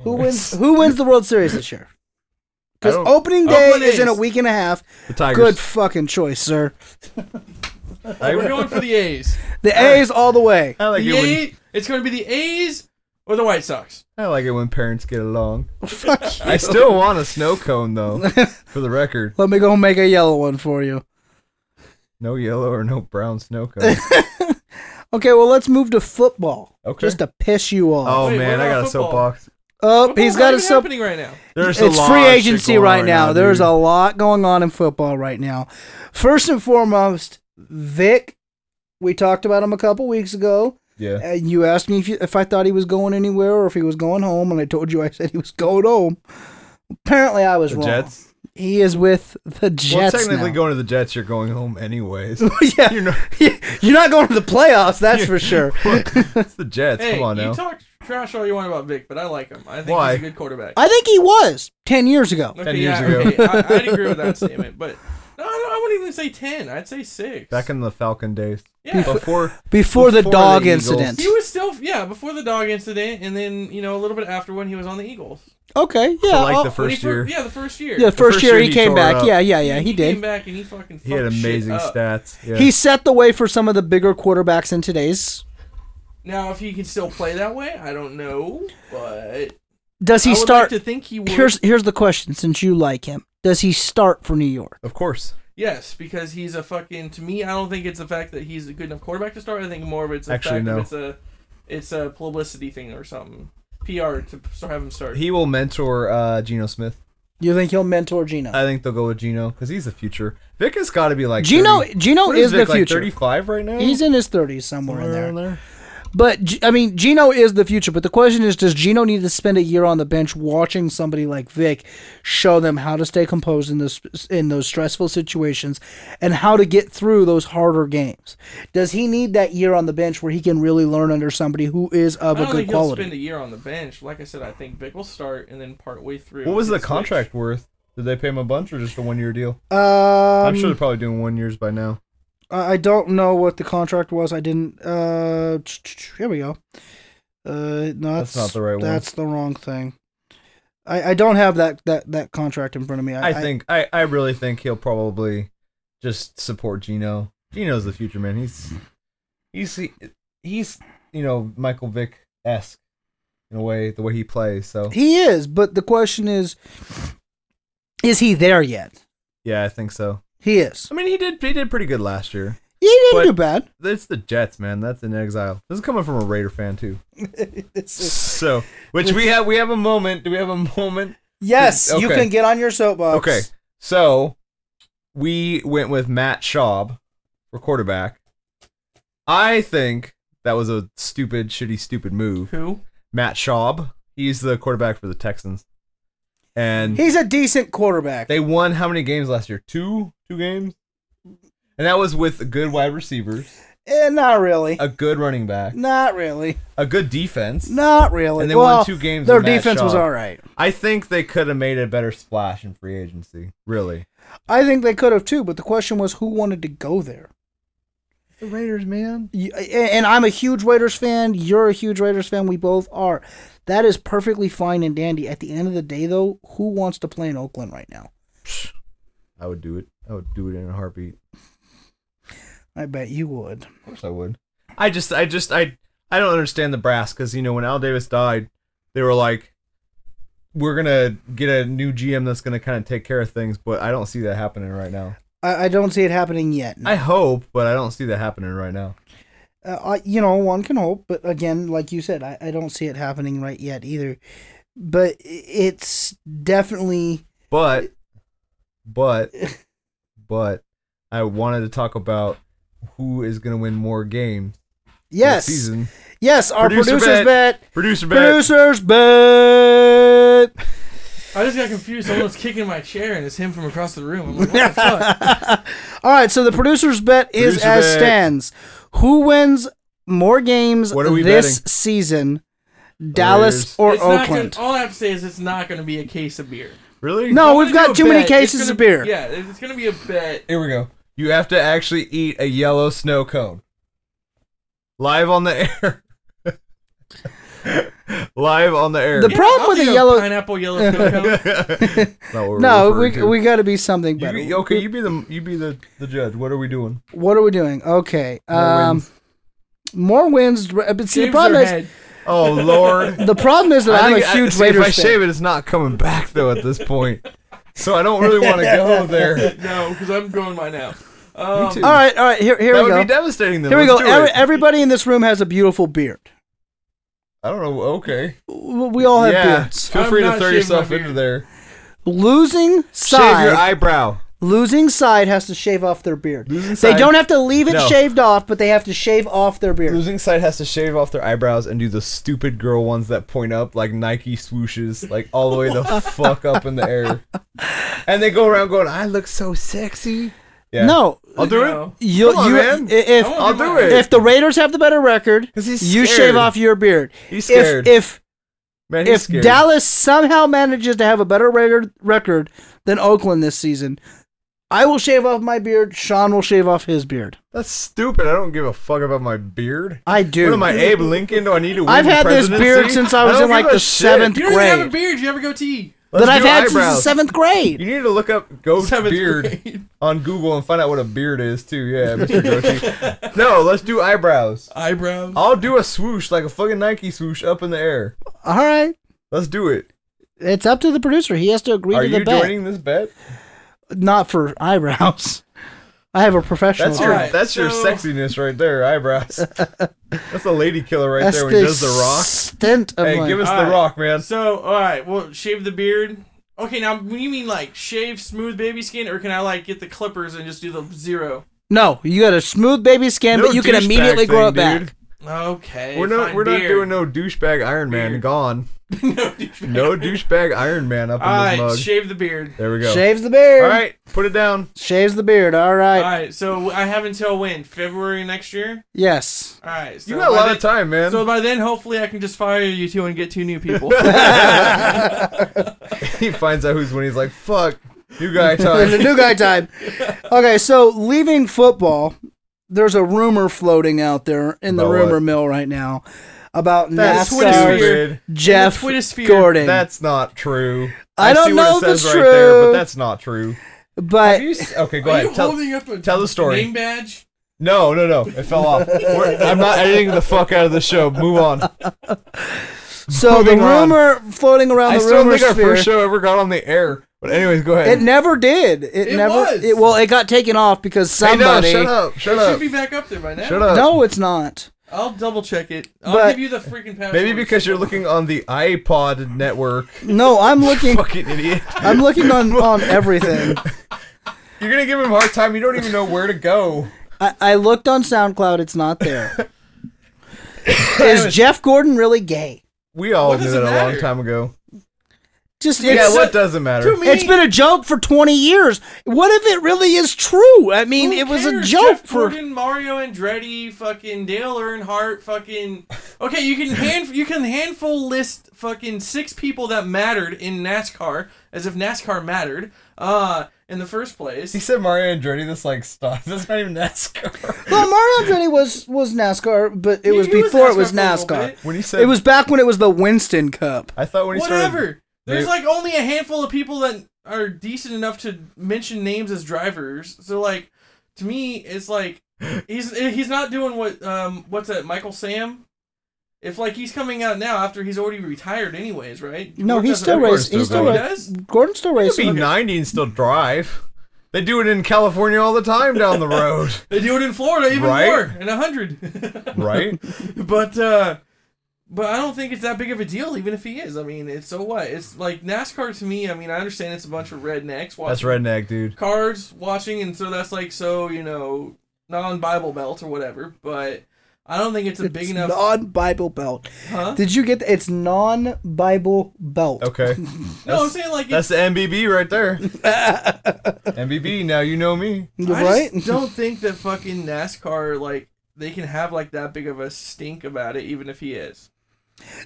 Speaker 1: Who wins? Who wins the World Series this year? Because
Speaker 2: I don't-
Speaker 1: opening day
Speaker 3: Oakland
Speaker 1: is in a
Speaker 3: A's.
Speaker 1: week and a half.
Speaker 2: The Tigers.
Speaker 1: Good fucking choice, sir.
Speaker 2: I,
Speaker 3: We're going for the A's.
Speaker 1: The A's all the way.
Speaker 2: I like
Speaker 3: The
Speaker 2: it when
Speaker 3: A- it's going to be the A's or the White Sox.
Speaker 2: I like it when parents get along.
Speaker 1: Fuck you.
Speaker 2: I still want a snow cone though, for the record.
Speaker 1: Let me go make a yellow one for you.
Speaker 2: No yellow or no brown snow cone.
Speaker 1: Okay, well let's move to football.
Speaker 2: Okay.
Speaker 1: Just to piss you off.
Speaker 2: Oh
Speaker 3: Wait,
Speaker 2: man,
Speaker 3: what
Speaker 2: I
Speaker 3: about
Speaker 2: got a
Speaker 3: football?
Speaker 2: soapbox.
Speaker 1: Oh,
Speaker 3: Football's
Speaker 1: he's
Speaker 3: not
Speaker 1: got a
Speaker 3: even
Speaker 1: soap.
Speaker 3: happening right now.
Speaker 2: There's a
Speaker 1: It's
Speaker 2: lot
Speaker 1: free
Speaker 2: of shit
Speaker 1: agency
Speaker 2: going on
Speaker 1: right now. There's
Speaker 2: dude.
Speaker 1: a lot going on in football right now. First and foremost, Vic. We talked about him a couple weeks ago,
Speaker 2: yeah.
Speaker 1: and you asked me if, you, if I thought he was going anywhere or if he was going home, and I told you I said he was going home. Apparently, I was
Speaker 2: The
Speaker 1: wrong.
Speaker 2: Jets.
Speaker 1: He is with the
Speaker 2: Well,
Speaker 1: Jets
Speaker 2: technically,
Speaker 1: now.
Speaker 2: going to the Jets, you're going home anyways.
Speaker 1: yeah,
Speaker 2: you know,
Speaker 1: you're not going to the playoffs. That's for sure.
Speaker 2: it's the Jets.
Speaker 3: Hey,
Speaker 2: Come on
Speaker 3: you
Speaker 2: now.
Speaker 3: talk trash all you want about Vic, but I like him. I think
Speaker 2: Why?
Speaker 3: he's a good quarterback.
Speaker 1: I think he was ten years ago.
Speaker 3: Okay,
Speaker 2: 10 years
Speaker 3: yeah,
Speaker 2: ago.
Speaker 3: okay. I, I'd agree with that statement, but no, no, I wouldn't even say ten. I'd say six.
Speaker 2: Back in the Falcon days,
Speaker 3: yeah,
Speaker 2: before
Speaker 1: before the
Speaker 2: Before
Speaker 1: dog
Speaker 2: the Eagles.
Speaker 1: incident.
Speaker 3: he was still yeah before the dog incident, and then you know a little bit after when he was on the Eagles.
Speaker 1: Okay, yeah,
Speaker 2: like
Speaker 1: oh,
Speaker 2: the
Speaker 3: When he
Speaker 2: first
Speaker 3: fir-
Speaker 2: year,
Speaker 3: yeah, the first year.
Speaker 1: yeah. First, year, he came
Speaker 2: tore
Speaker 1: back.
Speaker 2: up.
Speaker 1: Yeah, yeah, yeah. He,
Speaker 3: Came
Speaker 1: did.
Speaker 3: back and he fucking.
Speaker 2: he had
Speaker 3: fucked shit
Speaker 2: amazing
Speaker 3: up.
Speaker 2: stats. Yeah.
Speaker 1: He set the way for some of the bigger quarterbacks in today's.
Speaker 3: Now, if he can still play that way, I don't know, but
Speaker 1: Does
Speaker 3: I
Speaker 1: he
Speaker 3: would
Speaker 1: start?
Speaker 3: like to think he would.
Speaker 1: here's here's the question. Since you like him, does he start for New York?
Speaker 2: of course,
Speaker 3: Yes, because he's a fucking. To me, I don't think it's the fact that he's a good enough quarterback to start. I think more of it's the
Speaker 2: Actually,
Speaker 3: fact
Speaker 2: no.
Speaker 3: that it's a it's a publicity thing or something. PR to start, have him start.
Speaker 2: he will mentor uh, Geno Smith.
Speaker 1: You think he'll mentor Gino?
Speaker 2: I think they'll go with Gino because he's the future. Vic has got to be like
Speaker 1: Gino
Speaker 2: 30
Speaker 1: Gino
Speaker 2: what
Speaker 1: is
Speaker 2: Vic,
Speaker 1: the future.
Speaker 2: Like Thirty-five right now.
Speaker 1: He's in his thirties somewhere in there.
Speaker 2: around there.
Speaker 1: But G- I mean, Gino is the future. But the question is, does Gino need to spend a year on the bench watching somebody like Vic show them how to stay composed in those in those stressful situations and how to get through those harder games? Does he need that year on the bench where he can really learn under somebody who is
Speaker 3: I
Speaker 1: of a
Speaker 3: don't
Speaker 1: good
Speaker 3: think
Speaker 1: quality?
Speaker 3: he'll spend a year on the bench. Like I said, I think Vic will start and then part way through.
Speaker 2: What was
Speaker 3: he'll
Speaker 2: the contract worth? Did they pay him a bunch or just a one year deal?
Speaker 1: um,
Speaker 2: I'm sure they're probably doing one years by now.
Speaker 1: I I don't know what the contract was. I didn't. Uh, tch, tch, tch, here we go. Uh, no, that's,
Speaker 2: That's not the right one.
Speaker 1: That's the wrong thing. I, I don't have that, that, that contract in front of me.
Speaker 2: I think I, I really think he'll probably just support Gino. Gino's the future man. He's he's he, he's you know Michael Vick esque in a way the way he plays. So
Speaker 1: he is, but the question is, is he there yet?
Speaker 2: yeah, I think so.
Speaker 1: He is.
Speaker 2: I mean he did he did pretty good last year.
Speaker 1: He didn't
Speaker 2: But-
Speaker 1: do bad.
Speaker 2: It's the Jets, man. That's an exile. This is coming from a Raider fan too. So which we have we have a moment. Do we have a moment?
Speaker 1: yes, you
Speaker 2: Okay.
Speaker 1: can get on your soapbox.
Speaker 2: Okay. So we went with Matt Schaub for quarterback. I think that was a stupid, shitty, stupid move.
Speaker 3: Who?
Speaker 2: Matt Schaub, he's the quarterback for the Texans. And
Speaker 1: he's a decent quarterback.
Speaker 2: they won how many games last year? Two? Two games? And that was with good wide receivers,
Speaker 1: Eh, not really.
Speaker 2: a good running back,
Speaker 1: Not really.
Speaker 2: a good defense.
Speaker 1: Not really.
Speaker 2: And they
Speaker 1: well,
Speaker 2: won two games.
Speaker 1: Their
Speaker 2: with Matt
Speaker 1: defense was
Speaker 2: Schaub.
Speaker 1: all right.
Speaker 2: I think they could have made a better splash in free agency. Really,
Speaker 1: I think they could have too, but the question was who wanted to go there.
Speaker 2: the Raiders, man.
Speaker 1: You- And and I'm a huge Raiders fan. You're a huge Raiders fan. We both are. That is perfectly fine and dandy. At the end of the day, though, who wants to play in Oakland right now?
Speaker 2: I would do it. I would do it in a heartbeat.
Speaker 1: I bet you would.
Speaker 2: Of course I would. I just, I just, I, I don't understand the brass because you know when Al Davis died, they were like, we're gonna get a new GM that's gonna kind of take care of things, but I don't see that happening right now.
Speaker 1: I, I don't see it happening yet.
Speaker 2: I hope, but I don't see that happening right now.
Speaker 1: Uh, I, you know, one can hope, but again, like you said, I, I don't see it happening right yet either. But i- it's definitely
Speaker 2: But, but, but, I wanted to talk about who is gonna win more games
Speaker 1: yes,
Speaker 2: this season.
Speaker 1: yes. Our
Speaker 2: Producer
Speaker 1: producers
Speaker 2: bet.
Speaker 1: bet,
Speaker 2: Producer bet.
Speaker 1: producers bet.
Speaker 3: I just got confused. Someone's kicking my chair and it's him from across the room. I'm like, what the fuck?
Speaker 1: All right, so the producer's bet is
Speaker 2: Producer
Speaker 1: as
Speaker 2: bet.
Speaker 1: stands. Who wins more games
Speaker 2: What are we
Speaker 1: this
Speaker 2: betting?
Speaker 1: season? Dallas
Speaker 2: Raiders.
Speaker 1: or
Speaker 3: It's not
Speaker 1: Oakland?
Speaker 3: Gonna, all I have to say is it's not going to be a case of beer.
Speaker 2: Really?
Speaker 1: No,
Speaker 3: I'm
Speaker 1: we've
Speaker 3: gonna
Speaker 1: got
Speaker 3: do
Speaker 1: too
Speaker 3: a
Speaker 1: many
Speaker 3: bet.
Speaker 1: cases
Speaker 3: It's
Speaker 1: of
Speaker 3: gonna-
Speaker 1: beer.
Speaker 3: Yeah, it's going to be a bet.
Speaker 2: Here we go. You have to actually eat a yellow snow cone. Live on the air. Live on the air.
Speaker 1: The problem
Speaker 3: I'll
Speaker 1: with
Speaker 3: do
Speaker 1: the yellow-
Speaker 3: pineapple yellow cocoa.
Speaker 2: Not what we're
Speaker 1: No,
Speaker 2: referring
Speaker 1: we
Speaker 2: to.
Speaker 1: we got to be something
Speaker 2: You
Speaker 1: better.
Speaker 2: be- okay, you be the you be the, the judge. What are we doing?
Speaker 1: What are we doing? Okay,
Speaker 2: More
Speaker 1: um,
Speaker 2: wins.
Speaker 1: more wins. But see, the
Speaker 3: Shaves
Speaker 1: problem
Speaker 3: their
Speaker 1: is
Speaker 3: head.
Speaker 2: Oh Lord!
Speaker 1: the problem is that
Speaker 2: I
Speaker 1: I'm a
Speaker 2: think I-
Speaker 1: huge
Speaker 2: see,
Speaker 1: Raiders
Speaker 2: If I
Speaker 1: fan.
Speaker 2: shave it, it's not coming back though at this point. So I don't really want to go there.
Speaker 3: No, because I'm growing mine out. Um,
Speaker 2: too.
Speaker 1: All right, all right. Here here
Speaker 2: that
Speaker 1: we
Speaker 2: would
Speaker 1: go.
Speaker 2: be devastating. Then
Speaker 1: Here we go.
Speaker 2: Let's do
Speaker 1: Every,
Speaker 2: it.
Speaker 1: everybody in this room has a beautiful beard.
Speaker 2: I don't know. Okay.
Speaker 1: W- We all have
Speaker 2: yeah.
Speaker 1: beards.
Speaker 2: Feel
Speaker 3: I'm
Speaker 2: free to
Speaker 3: not
Speaker 2: throw
Speaker 3: shaving
Speaker 2: yourself
Speaker 3: my
Speaker 2: into
Speaker 3: beard.
Speaker 2: there.
Speaker 1: Losing
Speaker 2: Shave
Speaker 1: side.
Speaker 2: your eyebrow.
Speaker 1: Losing side has to shave off their beard.
Speaker 2: Losing
Speaker 1: they
Speaker 2: side-
Speaker 1: don't have to leave it
Speaker 2: No.
Speaker 1: shaved off, but they have to shave off their beard.
Speaker 2: Losing side has to shave off their eyebrows and do the stupid girl ones that point up like Nike swooshes, like all the way the fuck up in the air. And they go around going, "I look so sexy." Yeah.
Speaker 1: No,
Speaker 2: I'll do
Speaker 3: No.
Speaker 2: it.
Speaker 1: you
Speaker 2: Come on,
Speaker 1: you
Speaker 2: man.
Speaker 1: i- if
Speaker 3: I
Speaker 2: I'll
Speaker 3: wanna
Speaker 2: do
Speaker 3: my-
Speaker 2: it.
Speaker 1: if the Raiders have the better record,
Speaker 2: 'Cause he's
Speaker 1: you
Speaker 2: scared.
Speaker 1: shave off your beard.
Speaker 2: He's
Speaker 1: If
Speaker 2: scared.
Speaker 1: if
Speaker 2: man, he's
Speaker 1: if
Speaker 2: scared.
Speaker 1: Dallas somehow manages to have a better record record than Oakland this season, I will shave off my beard. Sean will shave off his beard.
Speaker 2: That's stupid. I don't give a fuck about my beard.
Speaker 1: I do.
Speaker 2: What am I, Abe Lincoln? Do I need to? Win
Speaker 1: I've
Speaker 2: the
Speaker 1: had this
Speaker 2: presidency?
Speaker 1: beard since I was
Speaker 2: don't
Speaker 1: in, like,
Speaker 2: give a
Speaker 1: the
Speaker 2: shit.
Speaker 1: seventh
Speaker 3: you don't even have a
Speaker 1: Great.
Speaker 3: beard. You ever go T?
Speaker 2: Let's
Speaker 1: that I've
Speaker 2: do
Speaker 1: had since the
Speaker 2: eyebrows.
Speaker 1: seventh grade.
Speaker 2: You need to look up goat
Speaker 3: Seventh
Speaker 2: Oh, beard
Speaker 3: grade.
Speaker 2: on Google and find out what a beard is too. Yeah, Mr. Goatee. no, let's do eyebrows.
Speaker 3: Eyebrows.
Speaker 2: I'll do a swoosh like a fucking Nike swoosh up in the air.
Speaker 1: All right,
Speaker 2: Let's do it.
Speaker 1: it's up to the producer. He has to agree
Speaker 2: Are
Speaker 1: to the
Speaker 2: you
Speaker 1: bet.
Speaker 2: joining this bet?
Speaker 1: Not for eyebrows. I have a professional.
Speaker 2: That's your
Speaker 3: Alright,
Speaker 2: that's your
Speaker 3: so-
Speaker 2: sexiness right there, eyebrows. that's a lady killer right
Speaker 1: That's
Speaker 2: there when he does the rock.
Speaker 1: Stint of
Speaker 2: Hey,
Speaker 1: my-
Speaker 2: give us the
Speaker 3: Alright.
Speaker 2: rock, man.
Speaker 3: So, all right. Well, shave the beard. Okay, now when you mean like shave smooth baby skin, or can I like get the clippers and just do the zero?
Speaker 1: no. You got a smooth baby skin,
Speaker 2: No
Speaker 1: but you can
Speaker 2: douchebag
Speaker 1: immediately grow it
Speaker 2: thing, dude.
Speaker 1: back.
Speaker 3: Okay.
Speaker 2: we're not
Speaker 3: fine,
Speaker 2: we're not
Speaker 3: beer.
Speaker 2: doing no douchebag Iron Man
Speaker 3: Beard.
Speaker 2: gone.
Speaker 3: no douchebag.
Speaker 2: No douchebag Iron Man up in
Speaker 3: All
Speaker 2: this
Speaker 3: right,
Speaker 2: mug.
Speaker 3: shave the beard.
Speaker 2: There we go.
Speaker 1: Shaves the beard.
Speaker 2: All right, put it down.
Speaker 1: Shaves the beard. All right.
Speaker 3: All right, so I have until when? February next year.
Speaker 1: Yes.
Speaker 3: All right. So
Speaker 2: You got a
Speaker 3: by
Speaker 2: lot
Speaker 3: then-
Speaker 2: of time, man.
Speaker 3: So by then, hopefully, I can just fire you two and get two new people.
Speaker 2: he finds out who's when he's like, "Fuck, you guy
Speaker 1: There's a
Speaker 2: time."
Speaker 1: new guy time. Okay, so leaving football, there's a rumor floating out there in the
Speaker 2: About
Speaker 1: rumor
Speaker 2: what?
Speaker 1: mill right now about NASCAR's
Speaker 2: That's
Speaker 3: Twitter.
Speaker 2: Twittersphere.
Speaker 1: Jeff
Speaker 3: Twittersphere.
Speaker 1: Gordon.
Speaker 2: That's not true.
Speaker 1: I don't
Speaker 2: see what it
Speaker 1: know if
Speaker 2: says
Speaker 1: it's
Speaker 2: right There, but
Speaker 1: true.
Speaker 2: that's not true.
Speaker 1: but
Speaker 2: Have you s- okay, go
Speaker 3: Are you
Speaker 2: ahead. Tell,
Speaker 3: holding up a
Speaker 2: tell the story.
Speaker 3: name badge?
Speaker 2: no, no, no. It fell off. We're- I'm not editing the fuck out of the show. Move on.
Speaker 1: so the
Speaker 2: moving on.
Speaker 1: rumor floating around
Speaker 2: I
Speaker 1: the
Speaker 2: still don't
Speaker 1: rumor
Speaker 2: think our
Speaker 1: sphere.
Speaker 2: first show ever got on the air. But anyways, go ahead.
Speaker 1: It never did. It,
Speaker 3: It
Speaker 1: never.
Speaker 3: was.
Speaker 1: It, well, it got taken off because
Speaker 2: hey, no,
Speaker 1: somebody.
Speaker 2: shut up. Shut
Speaker 3: It should
Speaker 2: up.
Speaker 3: be back up there by now.
Speaker 2: Oh. Shut up.
Speaker 1: No, it's not.
Speaker 3: I'll double check it. I'll
Speaker 1: But-
Speaker 3: give you the freaking password.
Speaker 2: Maybe because you're looking on the iPod network.
Speaker 1: No, I'm looking.
Speaker 2: Fucking idiot.
Speaker 1: I'm looking on on everything.
Speaker 2: You're gonna give him a hard time. You don't even know where to go.
Speaker 1: I, I looked on SoundCloud. It's not there. Is Jeff Gordon really gay?
Speaker 2: We all
Speaker 3: What
Speaker 2: knew
Speaker 3: does
Speaker 2: that
Speaker 3: it
Speaker 2: a long
Speaker 3: matter?
Speaker 2: time ago.
Speaker 1: Just
Speaker 2: Yeah,
Speaker 1: it's,
Speaker 2: what doesn't matter?
Speaker 3: To me,
Speaker 1: it's been a joke for 20 years. What if it really is true? I mean,
Speaker 3: who
Speaker 1: it was a
Speaker 3: cares?
Speaker 1: joke
Speaker 3: Jeff
Speaker 1: for
Speaker 3: Gordon, Mario Andretti, fucking Dale Earnhardt, fucking. Okay, you can hand you can handful list fucking six people that mattered in NASCAR as if NASCAR mattered. Uh, in the first place.
Speaker 2: He said Mario Andretti. This like stop. That's not even NASCAR.
Speaker 1: Well, Mario Andretti was was NASCAR, but it
Speaker 3: He-
Speaker 1: was
Speaker 3: he was
Speaker 1: before it was
Speaker 3: NASCAR for a little
Speaker 1: NASCAR.
Speaker 3: bit.
Speaker 2: When he said
Speaker 1: It was back when it was the Winston Cup.
Speaker 2: I thought when he
Speaker 3: Whatever.
Speaker 2: started.
Speaker 3: There's
Speaker 2: They-
Speaker 3: like only a handful of people that are decent enough to mention names as drivers. So like, to me, it's like he's he's not doing what um what's that Michael Sam. If like he's coming out now after he's already retired, anyways, right?
Speaker 1: No,
Speaker 3: Gordon
Speaker 1: he's
Speaker 3: doesn't-
Speaker 1: still
Speaker 2: Gordon
Speaker 1: racing.
Speaker 2: still
Speaker 1: He's still
Speaker 3: He
Speaker 2: going.
Speaker 1: ra-
Speaker 3: does.
Speaker 1: Gordon's still
Speaker 2: He'll be
Speaker 1: racing.
Speaker 2: 90 and still drive. They do it in California all the time down the road,
Speaker 3: They do it in Florida even
Speaker 2: Right?
Speaker 3: more in a hundred.
Speaker 2: right?
Speaker 3: but uh but I don't think it's that big of a deal, even if he is. I mean, it's so what? It's like NASCAR to me. I mean, I understand it's a bunch of rednecks watching
Speaker 2: That's redneck, dude.
Speaker 3: cards watching and so that's like so you know non-bible belt or whatever but i don't think it's a big
Speaker 1: It's
Speaker 3: enough
Speaker 1: non-Bible belt.
Speaker 3: huh
Speaker 1: Did you get? The, it's non-Bible belt.
Speaker 2: Okay,
Speaker 3: no i'm saying like it's,
Speaker 2: that's the MBB right there. MBB. Now you know me.
Speaker 1: Right?
Speaker 3: i just don't think that fucking nascar like they can have like that big of a stink about it even if he is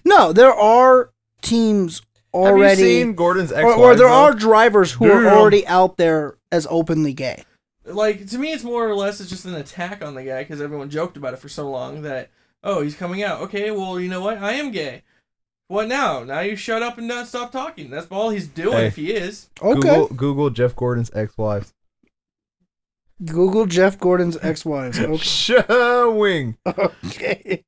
Speaker 1: No, there are teams already.
Speaker 2: Have you seen Gordon's ex
Speaker 1: or, or there are drivers who are
Speaker 2: Damn.
Speaker 1: already out there as openly gay.
Speaker 3: like to me it's more or less it's just an attack on the guy because everyone joked about it for so long that oh he's coming out okay well you know what i am gay what now now you shut up and not stop talking that's all he's doing
Speaker 2: Hey.
Speaker 3: if he is
Speaker 1: Okay.
Speaker 2: Google,
Speaker 1: Google,
Speaker 2: Google Jeff Gordon's ex-wives.
Speaker 1: Jeff Gordon's ex-wives. Okay.
Speaker 2: Showing.
Speaker 1: okay.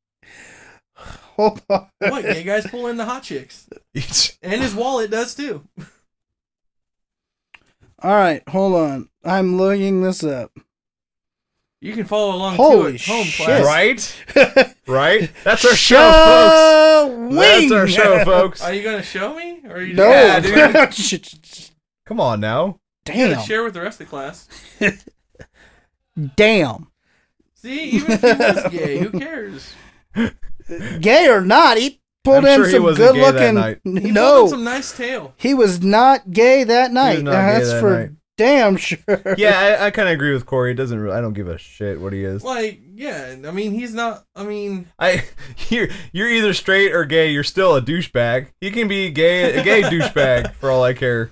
Speaker 1: Hold on.
Speaker 3: what gay guys pull in the hot chicks And his wallet does too.
Speaker 1: All right, hold on. I'm looking this up.
Speaker 3: You can follow along
Speaker 1: Holy
Speaker 3: too at home
Speaker 1: shit.
Speaker 3: class.
Speaker 2: Right? Right? That's our show, folks.
Speaker 1: Showing.
Speaker 2: That's our show, folks.
Speaker 3: Are you gonna show me, or are you
Speaker 1: No.
Speaker 2: Yeah,
Speaker 3: just
Speaker 1: dude.
Speaker 2: Come on now.
Speaker 3: gonna
Speaker 1: Damn.
Speaker 3: share with the rest of the class?
Speaker 1: Damn.
Speaker 3: See, even if he was gay, who cares?
Speaker 1: Gay or not, he pulled
Speaker 2: I'm
Speaker 1: in
Speaker 2: sure he
Speaker 1: some
Speaker 2: wasn't
Speaker 1: good
Speaker 2: gay that
Speaker 1: looking.
Speaker 2: night.
Speaker 3: He
Speaker 1: no,
Speaker 3: pulled in some nice tail.
Speaker 1: he was not gay that night.
Speaker 2: not
Speaker 1: Uh,
Speaker 2: gay
Speaker 1: that's
Speaker 2: that
Speaker 1: for
Speaker 2: night.
Speaker 1: damn sure.
Speaker 2: Yeah, I, I kind of agree with Corey. It doesn't. Really, I don't give a shit what he is.
Speaker 3: Like, yeah, I mean, he's not. I mean,
Speaker 2: I you're you're either straight or gay. You're still a douchebag. You can be gay, a gay douchebag for all I care.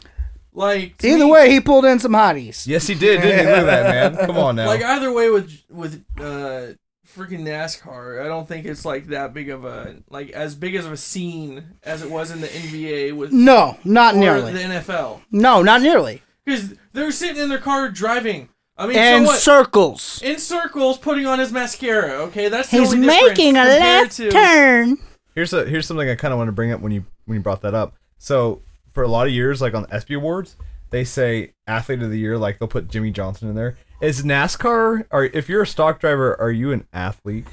Speaker 3: like to
Speaker 1: Either
Speaker 3: me-
Speaker 1: way, he pulled in some hotties.
Speaker 2: Yes, he did, didn't he? Look at that man. Come on now.
Speaker 3: like uh, either way with with uh freaking NASCAR, I don't think it's like that big of a like as big as of a scene as it was in the NBA with
Speaker 1: No, not
Speaker 3: or
Speaker 1: nearly.
Speaker 3: the NFL
Speaker 1: No, not nearly.
Speaker 3: because they're sitting in their car driving. I mean,
Speaker 1: And
Speaker 3: so what?
Speaker 1: circles.
Speaker 3: in circles putting on his mascara. Okay, that's the
Speaker 1: He's
Speaker 3: only difference
Speaker 1: making a
Speaker 3: compared
Speaker 1: left
Speaker 3: to-
Speaker 1: turn.
Speaker 2: Here's a here's something I kind of want to bring up when you when you brought that up. So for a lot of years, like on the ESPY awards, they say athlete of the year. Like they'll put Jimmy Johnson in there. Is NASCAR or if you're a stock driver, are you an athlete?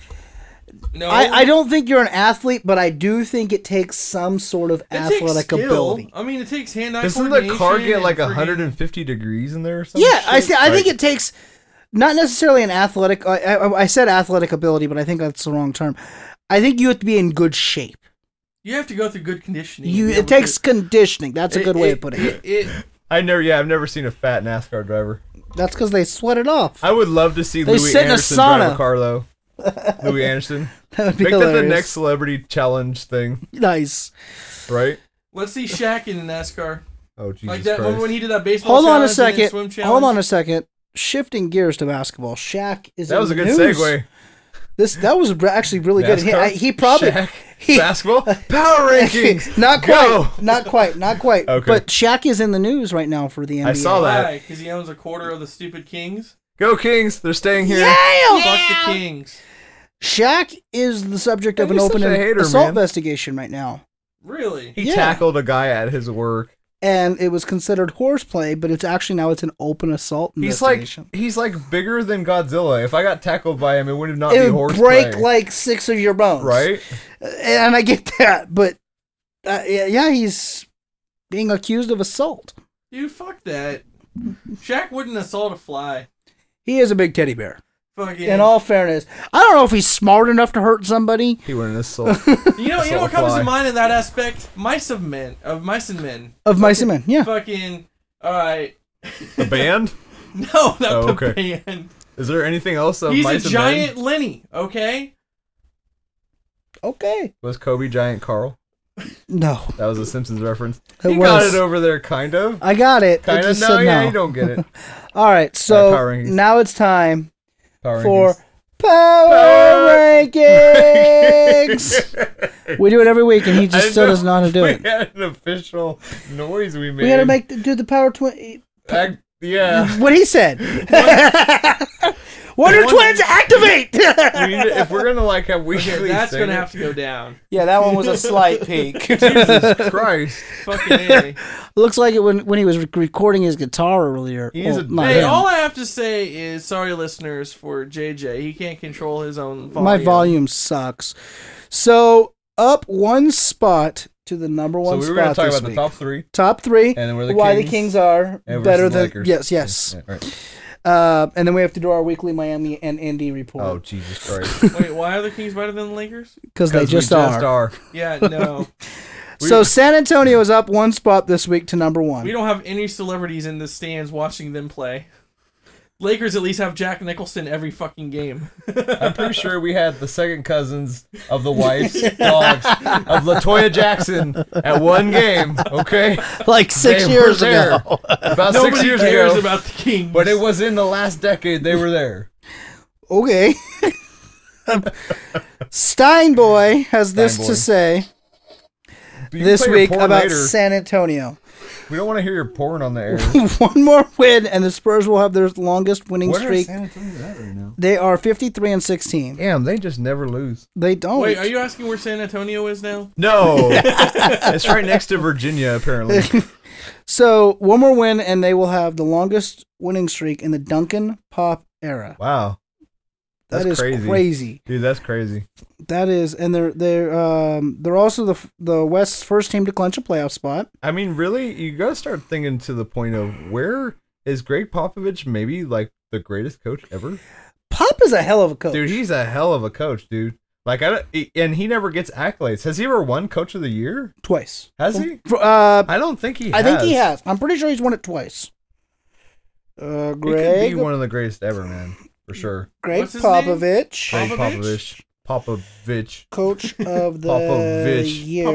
Speaker 3: No,
Speaker 1: I, I don't think you're an athlete, but I do think it takes some sort of
Speaker 3: it takes
Speaker 1: athletic
Speaker 3: skill.
Speaker 1: ability.
Speaker 3: I mean, it takes hand-eye
Speaker 2: Doesn't the
Speaker 3: coordination.
Speaker 2: car get
Speaker 3: and
Speaker 2: like
Speaker 3: friggin-
Speaker 2: 150 degrees in there? Or some
Speaker 1: Yeah, I
Speaker 2: shit?
Speaker 1: see, I think
Speaker 2: Like,
Speaker 1: it takes not necessarily an athletic. I, I, I said athletic ability, but I think that's the wrong term. I think you have to be in good shape.
Speaker 3: You have to go through good conditioning. to
Speaker 1: You
Speaker 3: be
Speaker 1: it
Speaker 3: able
Speaker 1: takes
Speaker 3: to-
Speaker 1: conditioning. That's a good way of putting it.
Speaker 3: It, it,
Speaker 2: I never, yeah, I've never seen a fat NASCAR driver.
Speaker 1: That's because they sweat it off.
Speaker 2: I would love to see
Speaker 1: They
Speaker 2: Louis
Speaker 1: sit in a
Speaker 2: Anderson drive
Speaker 1: sauna.
Speaker 2: a car though. Louis Anderson,
Speaker 1: That would be
Speaker 2: make that the
Speaker 1: hilarious.
Speaker 2: next celebrity challenge thing,
Speaker 1: Nice.
Speaker 2: right?
Speaker 3: let's see Shaq in NASCAR.
Speaker 2: Oh Jesus
Speaker 3: Like that
Speaker 2: Christ!
Speaker 3: one when he did that baseball
Speaker 1: Hold on a
Speaker 3: challenge and then
Speaker 1: second.
Speaker 3: swim challenge.
Speaker 1: Hold on a second. Shifting gears to basketball. Shaq is.
Speaker 2: that
Speaker 1: in
Speaker 2: was a
Speaker 1: the
Speaker 2: good
Speaker 1: news.
Speaker 2: segue.
Speaker 1: This that was re- actually really good. He,
Speaker 2: NASCAR,
Speaker 1: I- he probably
Speaker 2: Shaq,
Speaker 1: he-
Speaker 2: basketball power rankings.
Speaker 1: not quite,
Speaker 2: Go!
Speaker 1: not quite, not quite.
Speaker 2: Okay.
Speaker 1: But Shaq is in the news right now for the NBA.
Speaker 2: I saw that.
Speaker 3: Why? Because he owns a quarter of the stupid Kings.
Speaker 2: Go Kings! They're staying here.
Speaker 3: Fuck the
Speaker 1: Yeah!
Speaker 3: Kings.
Speaker 1: Shaq is the subject of an
Speaker 2: Man, you're
Speaker 1: open
Speaker 2: such a hater,
Speaker 1: assault
Speaker 2: man.
Speaker 1: investigation right now,
Speaker 3: Really?
Speaker 2: He
Speaker 1: Yeah.
Speaker 2: tackled a guy at his work.
Speaker 1: and it was considered horseplay, but it's actually now it's an open assault
Speaker 2: He's like
Speaker 1: investigation.
Speaker 2: he's like bigger than Godzilla. If I got tackled by him, it would not be
Speaker 1: it would
Speaker 2: horseplay.
Speaker 1: break like six of your bones,
Speaker 2: right?
Speaker 1: And I get that, but uh, yeah, yeah, he's being accused of assault.
Speaker 3: Dude, fuck that. Shaq wouldn't assault a fly.
Speaker 1: He is a big teddy bear.
Speaker 3: Fucking.
Speaker 1: In all fairness, I don't know if he's smart enough to hurt somebody.
Speaker 2: He went in his soul.
Speaker 3: you know, you know
Speaker 2: assault
Speaker 3: what
Speaker 2: a
Speaker 3: comes
Speaker 2: fly.
Speaker 3: to mind in that aspect? Mice of men. Of mice and men.
Speaker 1: Of mice and men, yeah.
Speaker 3: Fucking. Alright.
Speaker 2: the band?
Speaker 3: No, not
Speaker 2: Oh,
Speaker 3: the band.
Speaker 2: Is there anything else? Of
Speaker 3: He's
Speaker 2: Mice
Speaker 3: a
Speaker 2: and Men?
Speaker 3: giant Lenny, okay?
Speaker 1: Okay.
Speaker 2: Was Kobe Giant Carl?
Speaker 1: No,
Speaker 2: That was a Simpsons reference.
Speaker 1: It
Speaker 2: he got
Speaker 1: was.
Speaker 2: it over there, kind of.
Speaker 1: I got it. I
Speaker 2: Kind of.
Speaker 1: just
Speaker 2: No,
Speaker 1: said
Speaker 2: yeah,
Speaker 1: no.
Speaker 2: you don't get it.
Speaker 1: All right, so
Speaker 2: All right, Power Rankings.
Speaker 1: now it's time
Speaker 2: Power
Speaker 1: for
Speaker 2: Rankings.
Speaker 1: Power, Rankings. we do it every week, and he
Speaker 2: I
Speaker 1: just still
Speaker 2: know.
Speaker 1: doesn't know how to do
Speaker 2: we
Speaker 1: it.
Speaker 2: had an official noise we made.
Speaker 1: We got to make the, do the Power Twin.
Speaker 2: Act- yeah.
Speaker 1: What he said. Wonder
Speaker 2: One-
Speaker 1: Twins activate.
Speaker 2: We need to- if we're gonna like have weekly,
Speaker 3: Okay, that's
Speaker 2: thing-
Speaker 3: gonna have to go down.
Speaker 1: yeah, that one was a slight peek.
Speaker 2: Jesus Christ!
Speaker 3: Fucking A.
Speaker 1: Looks like it when when he was rec- recording his guitar earlier. Oh,
Speaker 2: He's
Speaker 1: Well,
Speaker 2: a
Speaker 1: not
Speaker 2: dick.
Speaker 3: Hey,
Speaker 1: him.
Speaker 3: all I have to say is sorry, listeners, for JJ. He can't control his own volume.
Speaker 1: My volume sucks. So up one spot to the number
Speaker 2: So
Speaker 1: one
Speaker 2: we were gonna
Speaker 1: spot
Speaker 2: talk
Speaker 1: this
Speaker 2: about the
Speaker 1: week.
Speaker 2: top three,
Speaker 1: top three.
Speaker 2: and then where the
Speaker 1: why
Speaker 2: Kings,
Speaker 1: the Kings are
Speaker 2: and versus
Speaker 1: better
Speaker 2: the
Speaker 1: than
Speaker 2: Lakers.
Speaker 1: yes, yes.
Speaker 2: Yeah, right.
Speaker 1: Uh, and then we have to do our weekly Miami and Indy
Speaker 2: Oh
Speaker 1: report
Speaker 2: Jesus Christ!
Speaker 3: Wait, why are the Kings better than the Lakers?
Speaker 1: because they
Speaker 2: Because we
Speaker 1: just are.
Speaker 3: Yeah, no.
Speaker 2: We-
Speaker 1: So San Antonio is up one spot this week to number one.
Speaker 3: we don't have any celebrities in the stands watching them play. Lakers at least have Jack Nicholson every fucking game.
Speaker 2: I'm pretty sure we had the second cousins of the wife's dogs of Latoya Jackson at one game. Okay,
Speaker 1: like six
Speaker 2: They
Speaker 1: years
Speaker 2: were there.
Speaker 1: ago.
Speaker 2: about six
Speaker 3: Nobody
Speaker 2: years
Speaker 3: cares
Speaker 2: ago.
Speaker 3: about the Kings.
Speaker 2: but it was in the last decade they were there.
Speaker 1: okay. Steinboy has this to
Speaker 2: Steinboy.
Speaker 1: say
Speaker 2: But you
Speaker 1: this
Speaker 2: play your
Speaker 1: week
Speaker 2: porn
Speaker 1: about
Speaker 2: later.
Speaker 1: San Antonio.
Speaker 2: we don't want to hear your porn on the air.
Speaker 1: one more win, and the Spurs will have their longest winning
Speaker 2: What are
Speaker 1: streak.
Speaker 2: San Antonio at right now?
Speaker 1: They are 53 and 16.
Speaker 2: Damn, they just never lose.
Speaker 1: They don't.
Speaker 3: Wait, are you asking where San Antonio is now?
Speaker 2: No, it's right next to Virginia. Apparently,
Speaker 1: So one more win, and they will have the longest winning streak in the Duncan Pop era.
Speaker 2: wow,
Speaker 1: That
Speaker 2: That's
Speaker 1: is crazy.
Speaker 2: crazy. dude, that's crazy.
Speaker 1: That is, and they're they're um they're also the f- the West's first team to clinch a playoff spot.
Speaker 2: I mean, really, you gotta start thinking to the point of where is Greg Popovich maybe like the greatest coach ever?
Speaker 1: Pop is a hell of a coach.
Speaker 2: Dude, he's a hell of a coach, dude. Like I don't, and he never gets accolades. Has he ever won Coach of the Year?
Speaker 1: twice.
Speaker 2: Has he?
Speaker 1: F- Uh,
Speaker 2: I don't think he.
Speaker 1: I
Speaker 2: has.
Speaker 1: think he has. I'm pretty sure he's won it twice. Uh,
Speaker 2: He could be
Speaker 1: Greg
Speaker 2: one of the greatest ever, man, for sure.
Speaker 1: Greg
Speaker 3: What's his name?
Speaker 1: Popovich,
Speaker 2: Greg
Speaker 3: Popovich?
Speaker 2: Popovich, Popovich,
Speaker 1: coach of the
Speaker 2: Popovich.
Speaker 1: year.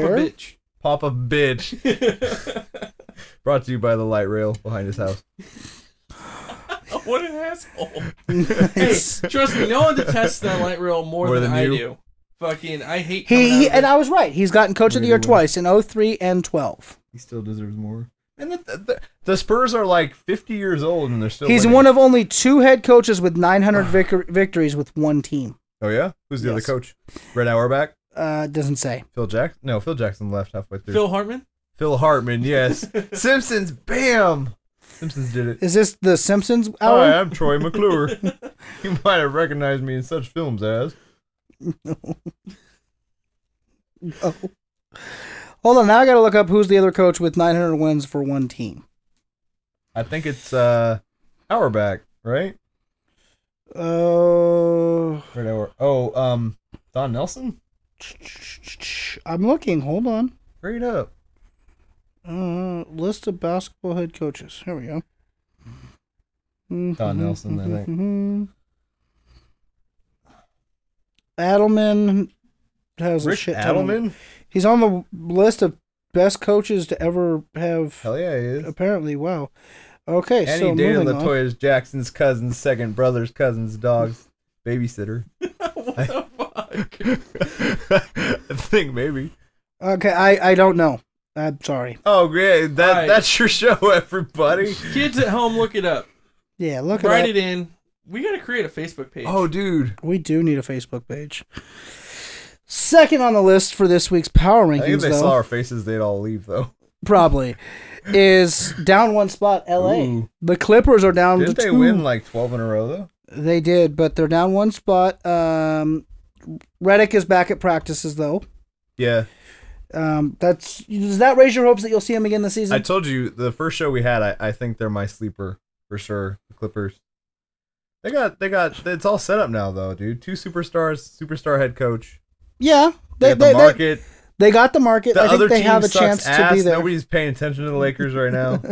Speaker 3: Papa bitch.
Speaker 2: Papa bitch. Brought to you by the light rail behind his house.
Speaker 3: what an asshole. Hey,
Speaker 1: Nice.
Speaker 3: trust me, no one detests that light rail more,
Speaker 2: More
Speaker 3: than,
Speaker 2: than
Speaker 3: I
Speaker 2: you?
Speaker 3: do. Fucking, I hate. coming
Speaker 1: He, he
Speaker 3: out of
Speaker 1: and
Speaker 3: it.
Speaker 1: I was right. He's gotten coach of the year twice in 03 and 12.
Speaker 2: He still deserves more. And the, the, the Spurs are like 50 years old and they're still.
Speaker 1: He's
Speaker 2: winning.
Speaker 1: one of only two head coaches with 900 vic- victories with one team.
Speaker 2: Oh yeah, who's the other
Speaker 1: Yes.
Speaker 2: coach? Red Auerbach,
Speaker 1: Uh, it doesn't say.
Speaker 2: Phil Jackson. No, Phil Jackson left halfway through.
Speaker 3: Phil Hartman.
Speaker 2: Phil Hartman, yes. Simpsons, bam. Simpsons did it.
Speaker 1: Is this the Simpsons hour?
Speaker 2: Hi, I'm Troy McClure. you might have recognized me in such films as.
Speaker 1: Hold on, now I gotta look up who's the other coach with 900 wins for one team.
Speaker 2: I think it's uh Auerbach, right?
Speaker 1: Uh,
Speaker 2: Fred Auer. Oh, um, Don Nelson.
Speaker 1: I'm looking. Hold on.
Speaker 2: Hurry it up.
Speaker 1: Uh, list of basketball head coaches. Here we go. Mm-hmm,
Speaker 2: Don Nelson, I think.
Speaker 1: Adelman has a
Speaker 2: Rich
Speaker 1: shit ton of-
Speaker 2: Adelman.
Speaker 1: He's on the list of best coaches to ever have.
Speaker 2: Hell yeah, he is.
Speaker 1: Apparently, wow. Okay,
Speaker 2: And
Speaker 1: so
Speaker 2: he dated
Speaker 1: moving on.
Speaker 2: Latoya Jackson's cousin's second brother's cousin's dog's babysitter.
Speaker 3: what the fuck?
Speaker 2: I think maybe.
Speaker 1: Okay, I I don't know. I'm sorry.
Speaker 2: Oh, great. That,
Speaker 3: Right.
Speaker 2: That's your show, everybody.
Speaker 3: Kids at home, look it up.
Speaker 1: Yeah, look at
Speaker 3: Write
Speaker 1: that.
Speaker 3: it in. We gotta create a Facebook page.
Speaker 2: Oh, dude.
Speaker 1: We do need a Facebook page. Second on the list for this week's power
Speaker 2: I think
Speaker 1: rankings,
Speaker 2: if they
Speaker 1: though,
Speaker 2: saw our faces, they'd all leave, though.
Speaker 1: probably is down one spot. L.A.
Speaker 2: Ooh.
Speaker 1: The Clippers are down.
Speaker 2: Didn't
Speaker 1: to
Speaker 2: they
Speaker 1: two.
Speaker 2: win like 12 in a row, though?
Speaker 1: They did, but they're down one spot. Um, Reddick is back at practices though.
Speaker 2: Yeah.
Speaker 1: Um, that's does that raise your hopes that you'll see him again this season?
Speaker 2: I told you the first show we had, I, I think they're my sleeper for sure. The Clippers. They got they got it's all set up now though, dude. Two superstars, superstar head coach.
Speaker 1: yeah, they
Speaker 2: They, got the
Speaker 1: they, they,
Speaker 2: market.
Speaker 1: they got the market.
Speaker 2: The
Speaker 1: I
Speaker 2: other
Speaker 1: think they
Speaker 2: team
Speaker 1: have a
Speaker 2: sucks
Speaker 1: chance
Speaker 2: ass.
Speaker 1: to be there.
Speaker 2: Nobody's paying attention to the Lakers right now.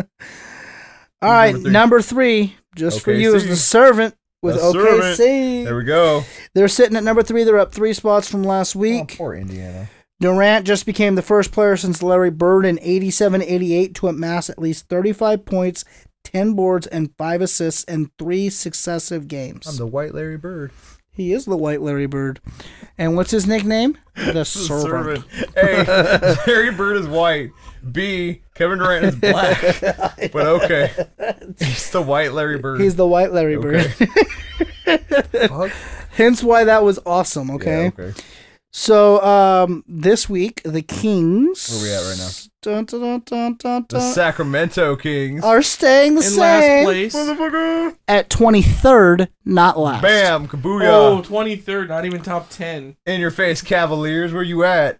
Speaker 1: All right,
Speaker 2: Number three.
Speaker 1: number three, just for you, is
Speaker 2: OKC.
Speaker 1: the servant with
Speaker 2: The
Speaker 1: OKC.
Speaker 2: there we go.
Speaker 1: They're sitting at number three. They're up three spots from last
Speaker 2: Oh,
Speaker 1: week.
Speaker 2: poor Indiana.
Speaker 1: Durant just became the first player since Larry Bird in 87 88 to amass at least 35 points, 10 boards, and 5 assists in three successive games.
Speaker 2: I'm the white Larry Bird.
Speaker 1: He is the white Larry Bird. And what's his nickname? The servant.
Speaker 2: A. Larry Bird is white. B. Kevin Durant is black. but okay, he's the white Larry Bird.
Speaker 1: He's the white Larry Bird.
Speaker 2: Fuck.
Speaker 1: Hence why that was awesome,
Speaker 2: Yeah,
Speaker 1: okay?
Speaker 2: okay.
Speaker 1: So um this week the Kings
Speaker 2: Where we at right now?
Speaker 1: Dun, dun, dun, dun, dun,
Speaker 2: The
Speaker 1: dun,
Speaker 2: Sacramento Kings.
Speaker 1: are staying the
Speaker 3: in last
Speaker 1: same
Speaker 3: place.
Speaker 2: Motherfucker.
Speaker 1: at 23rd, not last.
Speaker 2: Bam, kabooyah.
Speaker 3: Oh, 23rd, not even top 10.
Speaker 2: In your face, Cavaliers. Where you at?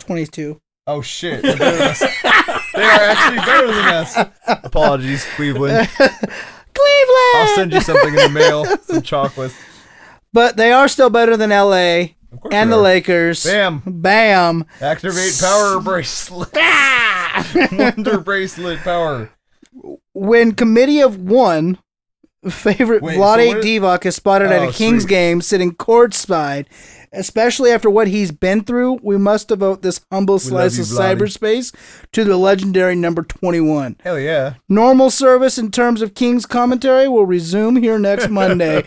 Speaker 1: 22.
Speaker 2: Oh shit. They're better than us. they are actually better than us. Apologies, Cleveland.
Speaker 1: Cleveland.
Speaker 2: I'll send you something in the mail. Some chocolates.
Speaker 1: But they are still better than LA
Speaker 2: Of course
Speaker 1: and
Speaker 2: they
Speaker 1: the
Speaker 2: are.
Speaker 1: Lakers.
Speaker 2: Bam.
Speaker 1: Bam.
Speaker 2: Activate power bracelet. Wonder bracelet power.
Speaker 1: When committee of one, favorite
Speaker 2: Wait, so
Speaker 1: Vlade
Speaker 2: what-
Speaker 1: Divac is spotted at
Speaker 2: Oh,
Speaker 1: a Kings
Speaker 2: sweet.
Speaker 1: game sitting courtside, especially after what he's been through, we must devote this humble slice
Speaker 2: you,
Speaker 1: of
Speaker 2: Vlade.
Speaker 1: cyberspace to the legendary number 21.
Speaker 2: Hell yeah.
Speaker 1: Normal service in terms of Kings commentary will resume here next Monday.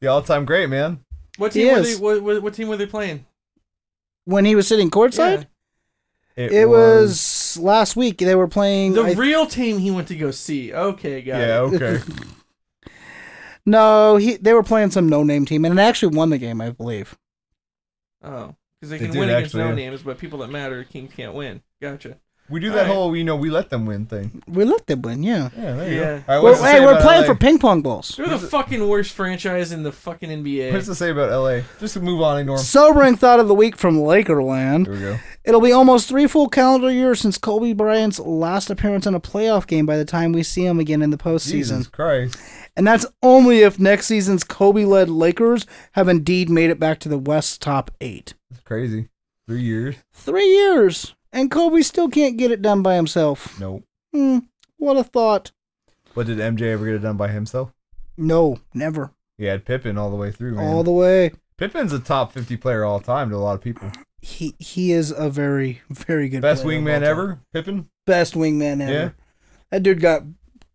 Speaker 2: The all time great, man.
Speaker 3: What
Speaker 1: He
Speaker 3: team were
Speaker 1: is.
Speaker 3: they, what, what, what team were they playing?
Speaker 1: when he was sitting courtside, it, was... last week. They were playing
Speaker 3: The
Speaker 1: I
Speaker 3: real team he went to go see. Okay, got
Speaker 2: Yeah,
Speaker 3: it.
Speaker 2: okay.
Speaker 1: No, he they were playing some no name team and it actually won the game, I believe.
Speaker 3: Oh, because they,
Speaker 2: They
Speaker 3: can
Speaker 2: did
Speaker 3: win against
Speaker 2: actually,
Speaker 3: no
Speaker 2: yeah.
Speaker 3: names, but people that matter, Kings can't win. Gotcha.
Speaker 2: We do
Speaker 3: All
Speaker 2: that
Speaker 3: right.
Speaker 2: whole you know, we let them win thing.
Speaker 1: We let them win, yeah.
Speaker 2: Yeah, there
Speaker 3: Yeah.
Speaker 2: you go. All right,
Speaker 1: We're,
Speaker 2: what's to
Speaker 1: hey,
Speaker 2: say
Speaker 1: we're
Speaker 2: about
Speaker 1: playing
Speaker 2: LA?
Speaker 1: for ping pong balls.
Speaker 3: They're the fucking worst franchise in the fucking
Speaker 2: What's
Speaker 3: NBA.
Speaker 2: to say about LA? Just move on, ignore 'em.
Speaker 1: Sobering thought of the week from Lakerland.
Speaker 2: There we go.
Speaker 1: It'll be almost three full calendar years since Kobe Bryant's last appearance in a playoff game by the time we see him again in the postseason.
Speaker 2: Jesus Christ.
Speaker 1: And that's only if next season's Kobe led Lakers have indeed made it back to the West top eight.
Speaker 2: It's crazy. Three years?
Speaker 1: Three years, and Kobe still can't get it done by himself.
Speaker 2: Nope.
Speaker 1: Hmm, what a thought.
Speaker 2: But did MJ ever get it done by himself?
Speaker 1: No, never.
Speaker 2: He had Pippen all the way through, man.
Speaker 1: All the way.
Speaker 2: Pippen's a top 50 player all time to a lot of people.
Speaker 1: he he is a very very good
Speaker 2: Best
Speaker 1: player of all
Speaker 2: wingman
Speaker 1: time.
Speaker 2: ever, Pippen.
Speaker 1: Best wingman ever.
Speaker 2: Yeah.
Speaker 1: That dude got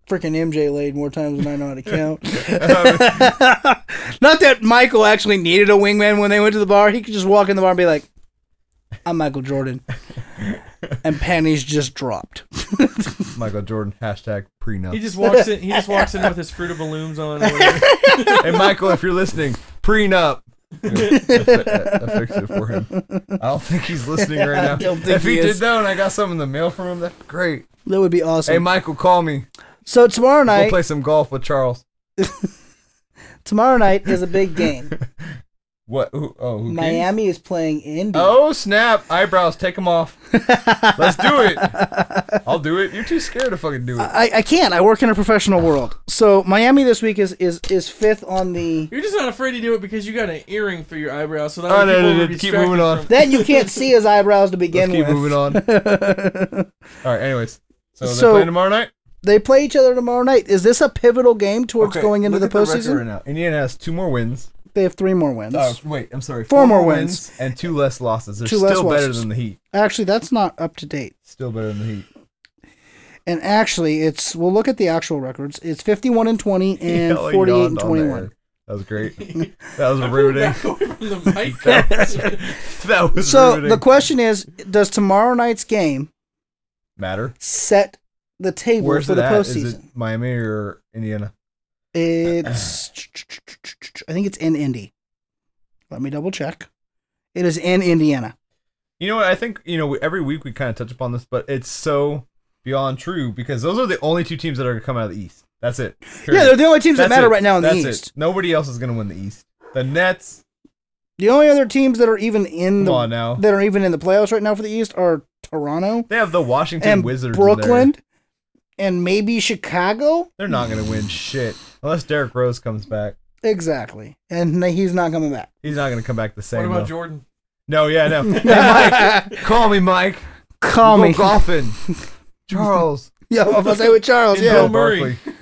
Speaker 1: freaking MJ laid more times than I know how to count. Not that Michael actually needed a wingman when they went to the bar. He could just walk in the bar and be like, "I'm Michael Jordan," and panties just dropped.
Speaker 2: Michael Jordan, hashtag
Speaker 3: He
Speaker 2: prenup.
Speaker 3: just walks in. He just walks in with his fruit of balloons on. or whatever.
Speaker 2: hey, Michael, if you're listening, prenup. I fixed it for him. I don't think he's listening right now.
Speaker 1: don't think
Speaker 2: if he,
Speaker 1: he
Speaker 2: did
Speaker 1: is.
Speaker 2: though, and I got something in the mail from him, that's great.
Speaker 1: That would be awesome.
Speaker 2: Hey, Michael, call me.
Speaker 1: so tomorrow
Speaker 2: We'll
Speaker 1: night,
Speaker 2: play some golf with Charles.
Speaker 1: tomorrow night is a big game.
Speaker 2: What? Who, oh, who Kings?
Speaker 1: Miami is playing Indy.
Speaker 2: Oh snap! Eyebrows, take them off. Let's do it. I'll do it. You're too scared to fucking do it.
Speaker 1: I, I can't. I work in a professional world. So Miami this week is is is fifth on the.
Speaker 3: You're just not afraid to do it because you got an earring through your eyebrow, so that way
Speaker 2: Oh, no,
Speaker 3: people will
Speaker 2: no, no,
Speaker 3: be
Speaker 2: keep
Speaker 3: distracted
Speaker 2: moving on.
Speaker 3: from-
Speaker 1: Then you can't see his eyebrows to begin
Speaker 2: Let's keep
Speaker 1: with.
Speaker 2: moving on. All right. Anyways, so,
Speaker 1: So-
Speaker 2: they're playing tomorrow night.
Speaker 1: They play each other tomorrow night. Is this a pivotal game towards
Speaker 2: Okay,
Speaker 1: going into the
Speaker 2: look at record
Speaker 1: postseason?
Speaker 2: right now. Indiana has two more wins.
Speaker 1: they have three more wins.
Speaker 2: Oh, wait, I'm sorry.
Speaker 1: Four more wins.
Speaker 2: and two less losses. They're
Speaker 1: Two
Speaker 2: still
Speaker 1: less
Speaker 2: better
Speaker 1: losses.
Speaker 2: than the Heat.
Speaker 1: Actually, that's not up to date.
Speaker 2: Still better than the Heat.
Speaker 1: And actually, it's we'll look at the actual records. It's fifty-one and twenty and
Speaker 2: Yeah, like
Speaker 1: forty-eight and
Speaker 2: yawned on there.
Speaker 1: twenty-one.
Speaker 2: That was great. That was riveting.
Speaker 3: Back away from the mic.
Speaker 2: that was, that was
Speaker 1: So
Speaker 2: riveting.
Speaker 1: the question is, does tomorrow night's game
Speaker 2: matter.
Speaker 1: set the table
Speaker 2: Where's
Speaker 1: for
Speaker 2: it
Speaker 1: the
Speaker 2: at? Is it
Speaker 1: postseason?
Speaker 2: Miami or Indiana?
Speaker 1: It's I think it's in Indy. Let me double check. It is in Indiana.
Speaker 2: You know what? I think you know we- every week we kind of touch upon this, but it's so beyond true because those are the only two teams that are going to come out of the East. That's it. Period.
Speaker 1: Yeah, they're the only teams
Speaker 2: That's
Speaker 1: that matter
Speaker 2: it.
Speaker 1: right now in
Speaker 2: That's
Speaker 1: the
Speaker 2: it.
Speaker 1: East.
Speaker 2: Nobody else is going to win the East. The Nets.
Speaker 1: The only other teams that are even in
Speaker 2: Come
Speaker 1: the
Speaker 2: on now.
Speaker 1: that are even in the playoffs right now for the East are Toronto
Speaker 2: They have the Washington
Speaker 1: and
Speaker 2: Wizards. in there.
Speaker 1: Brooklyn and maybe Chicago.
Speaker 2: They're not going to win shit unless Derrick Rose comes back.
Speaker 1: Exactly. And he's not coming back.
Speaker 2: He's not going to come back the same.
Speaker 3: What
Speaker 2: though.
Speaker 3: about Jordan?
Speaker 2: No, yeah, no. Hey, Mike, call me, Mike.
Speaker 1: Call
Speaker 2: We'll go golfing. Charles.
Speaker 1: Yeah, I'm about to say with Charles.
Speaker 3: And
Speaker 1: Yeah.
Speaker 3: Bill Murray.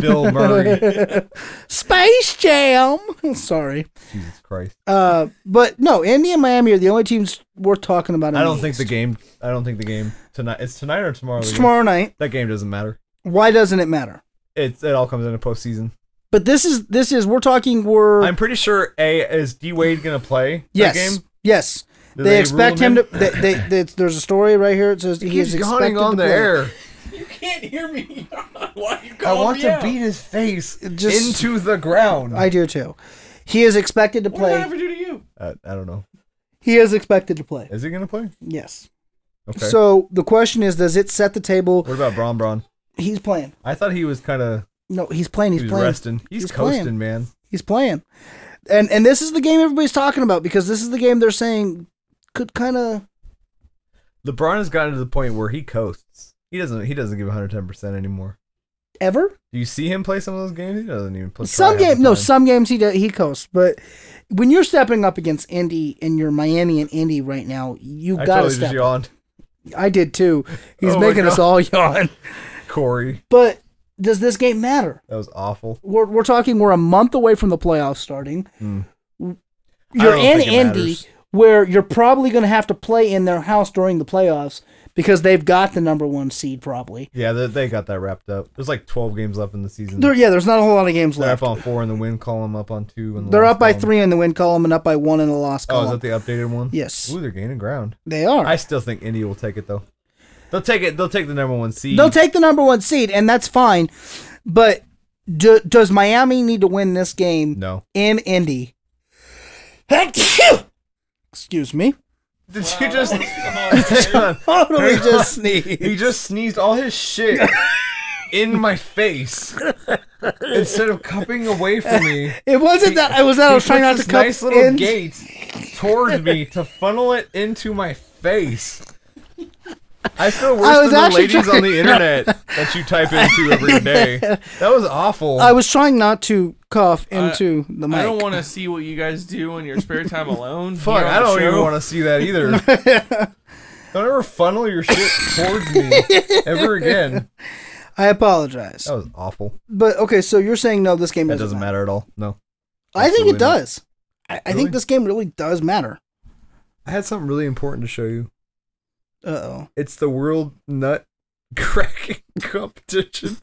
Speaker 2: Bill Murray.
Speaker 1: Space Jam. Sorry.
Speaker 2: Jesus Christ.
Speaker 1: Uh, but no, Indy and Miami are the only teams worth talking about. In
Speaker 2: I don't think
Speaker 1: East.
Speaker 2: the game. I don't think the game tonight. It's tonight or tomorrow.
Speaker 1: It's
Speaker 2: the game?
Speaker 1: tomorrow night.
Speaker 2: That game doesn't matter.
Speaker 1: Why doesn't it matter?
Speaker 2: It's it all comes into postseason.
Speaker 1: But this is this is we're talking. We're
Speaker 2: I'm pretty sure a is D Wade gonna play
Speaker 1: yes,
Speaker 2: that game.
Speaker 1: yes.
Speaker 2: Do
Speaker 1: They,
Speaker 2: they
Speaker 1: expect
Speaker 2: rule
Speaker 1: him,
Speaker 2: him
Speaker 1: to. They, they, they, there's a story right here. It says he is expected to play.
Speaker 3: You can't hear me. Why are you
Speaker 2: I
Speaker 3: calling
Speaker 2: want
Speaker 3: me
Speaker 2: to
Speaker 3: out?
Speaker 2: beat his face
Speaker 1: just-
Speaker 2: into the ground.
Speaker 1: I do too. He is expected to
Speaker 3: What did I
Speaker 1: play.
Speaker 3: ever do to you?
Speaker 2: I, Uh, I don't know.
Speaker 1: He is expected to play.
Speaker 2: Is he gonna play?
Speaker 1: Yes.
Speaker 2: Okay.
Speaker 1: So the question is, does it set the table?
Speaker 2: what about Bron Bron?
Speaker 1: He's playing.
Speaker 2: I thought he was kind of
Speaker 1: No, he's playing.
Speaker 2: he
Speaker 1: He's
Speaker 2: was
Speaker 1: playing.
Speaker 2: resting. He's,
Speaker 1: He's
Speaker 2: coasting,
Speaker 1: playing.
Speaker 2: man.
Speaker 1: He's playing. And and this is the game everybody's talking about because this is the game they're saying could kind of
Speaker 2: LeBron has gotten to the point where he coasts. He doesn't. He doesn't give 110 percent anymore.
Speaker 1: ever
Speaker 2: Do you see him play some of those games? He doesn't even play. try
Speaker 1: some
Speaker 2: half the
Speaker 1: game no
Speaker 2: time.
Speaker 1: some games he do, he coasts but when you're stepping up against Indy and you're Miami and Indy right now you
Speaker 2: I
Speaker 1: gotta
Speaker 2: totally
Speaker 1: step up.
Speaker 2: just yawned.
Speaker 1: I did too he's
Speaker 2: Oh my
Speaker 1: making us
Speaker 2: God.
Speaker 1: all yawn
Speaker 2: Corey,
Speaker 1: but does this game matter
Speaker 2: that was awful.
Speaker 1: we're we're talking we're a month away from the playoffs starting
Speaker 2: Hmm. I
Speaker 1: you're
Speaker 2: don't
Speaker 1: in
Speaker 2: think it
Speaker 1: Indy
Speaker 2: matters.
Speaker 1: where you're probably going to have to play in their house during the playoffs because they've got the number 1 seed probably
Speaker 2: Yeah, they, they got that wrapped up. There's like 12 games left in the season.
Speaker 1: There,
Speaker 2: They're,
Speaker 1: yeah, there's not a whole lot of games left.
Speaker 2: Hmm. up on four in the win column, up on two. In the
Speaker 1: They're
Speaker 2: loss
Speaker 1: up by
Speaker 2: column.
Speaker 1: three in the win column and up by one in the loss
Speaker 2: Oh,
Speaker 1: column.
Speaker 2: is that the updated one?
Speaker 1: Yes.
Speaker 2: Ooh, they're gaining ground.
Speaker 1: they are.
Speaker 2: I still think Indy will take it though. They'll take it. They'll take the number one seed.
Speaker 1: They'll take the number one seed, and that's fine. But do, does Miami need to win this game
Speaker 2: no.
Speaker 1: in Indy? Excuse me.
Speaker 2: Did you just?
Speaker 1: Totally
Speaker 2: Hang on.
Speaker 1: just sneeze.
Speaker 2: he just sneezed all his shit in my face instead of cupping away from me.
Speaker 1: It wasn't that I was that I was
Speaker 2: He
Speaker 1: trying Oh, not
Speaker 2: puts
Speaker 1: to
Speaker 2: this
Speaker 1: cup
Speaker 2: nice little
Speaker 1: in.
Speaker 2: gate towards me to funnel it into my face. I feel worse
Speaker 1: I was
Speaker 2: than the
Speaker 1: actually
Speaker 2: ladies
Speaker 1: trying-
Speaker 2: on the internet that you type into every day. That was awful.
Speaker 1: I was trying not to cough into the mic.
Speaker 3: I don't want to see what you guys do in your spare time alone.
Speaker 2: Fuck, I don't even want to see that either. don't ever funnel your shit towards me ever again.
Speaker 1: I apologize.
Speaker 2: That was awful.
Speaker 1: But okay, so you're saying no, this game
Speaker 2: Oh. That
Speaker 1: doesn't,
Speaker 2: doesn't
Speaker 1: matter.
Speaker 2: matter at all. No.
Speaker 1: I think it
Speaker 2: Absolutely not.
Speaker 1: does. I, I
Speaker 2: Really?
Speaker 1: think this game really does matter.
Speaker 2: I had something really important to show you.
Speaker 1: Uh oh.
Speaker 2: It's the World Nut Cracking Competition,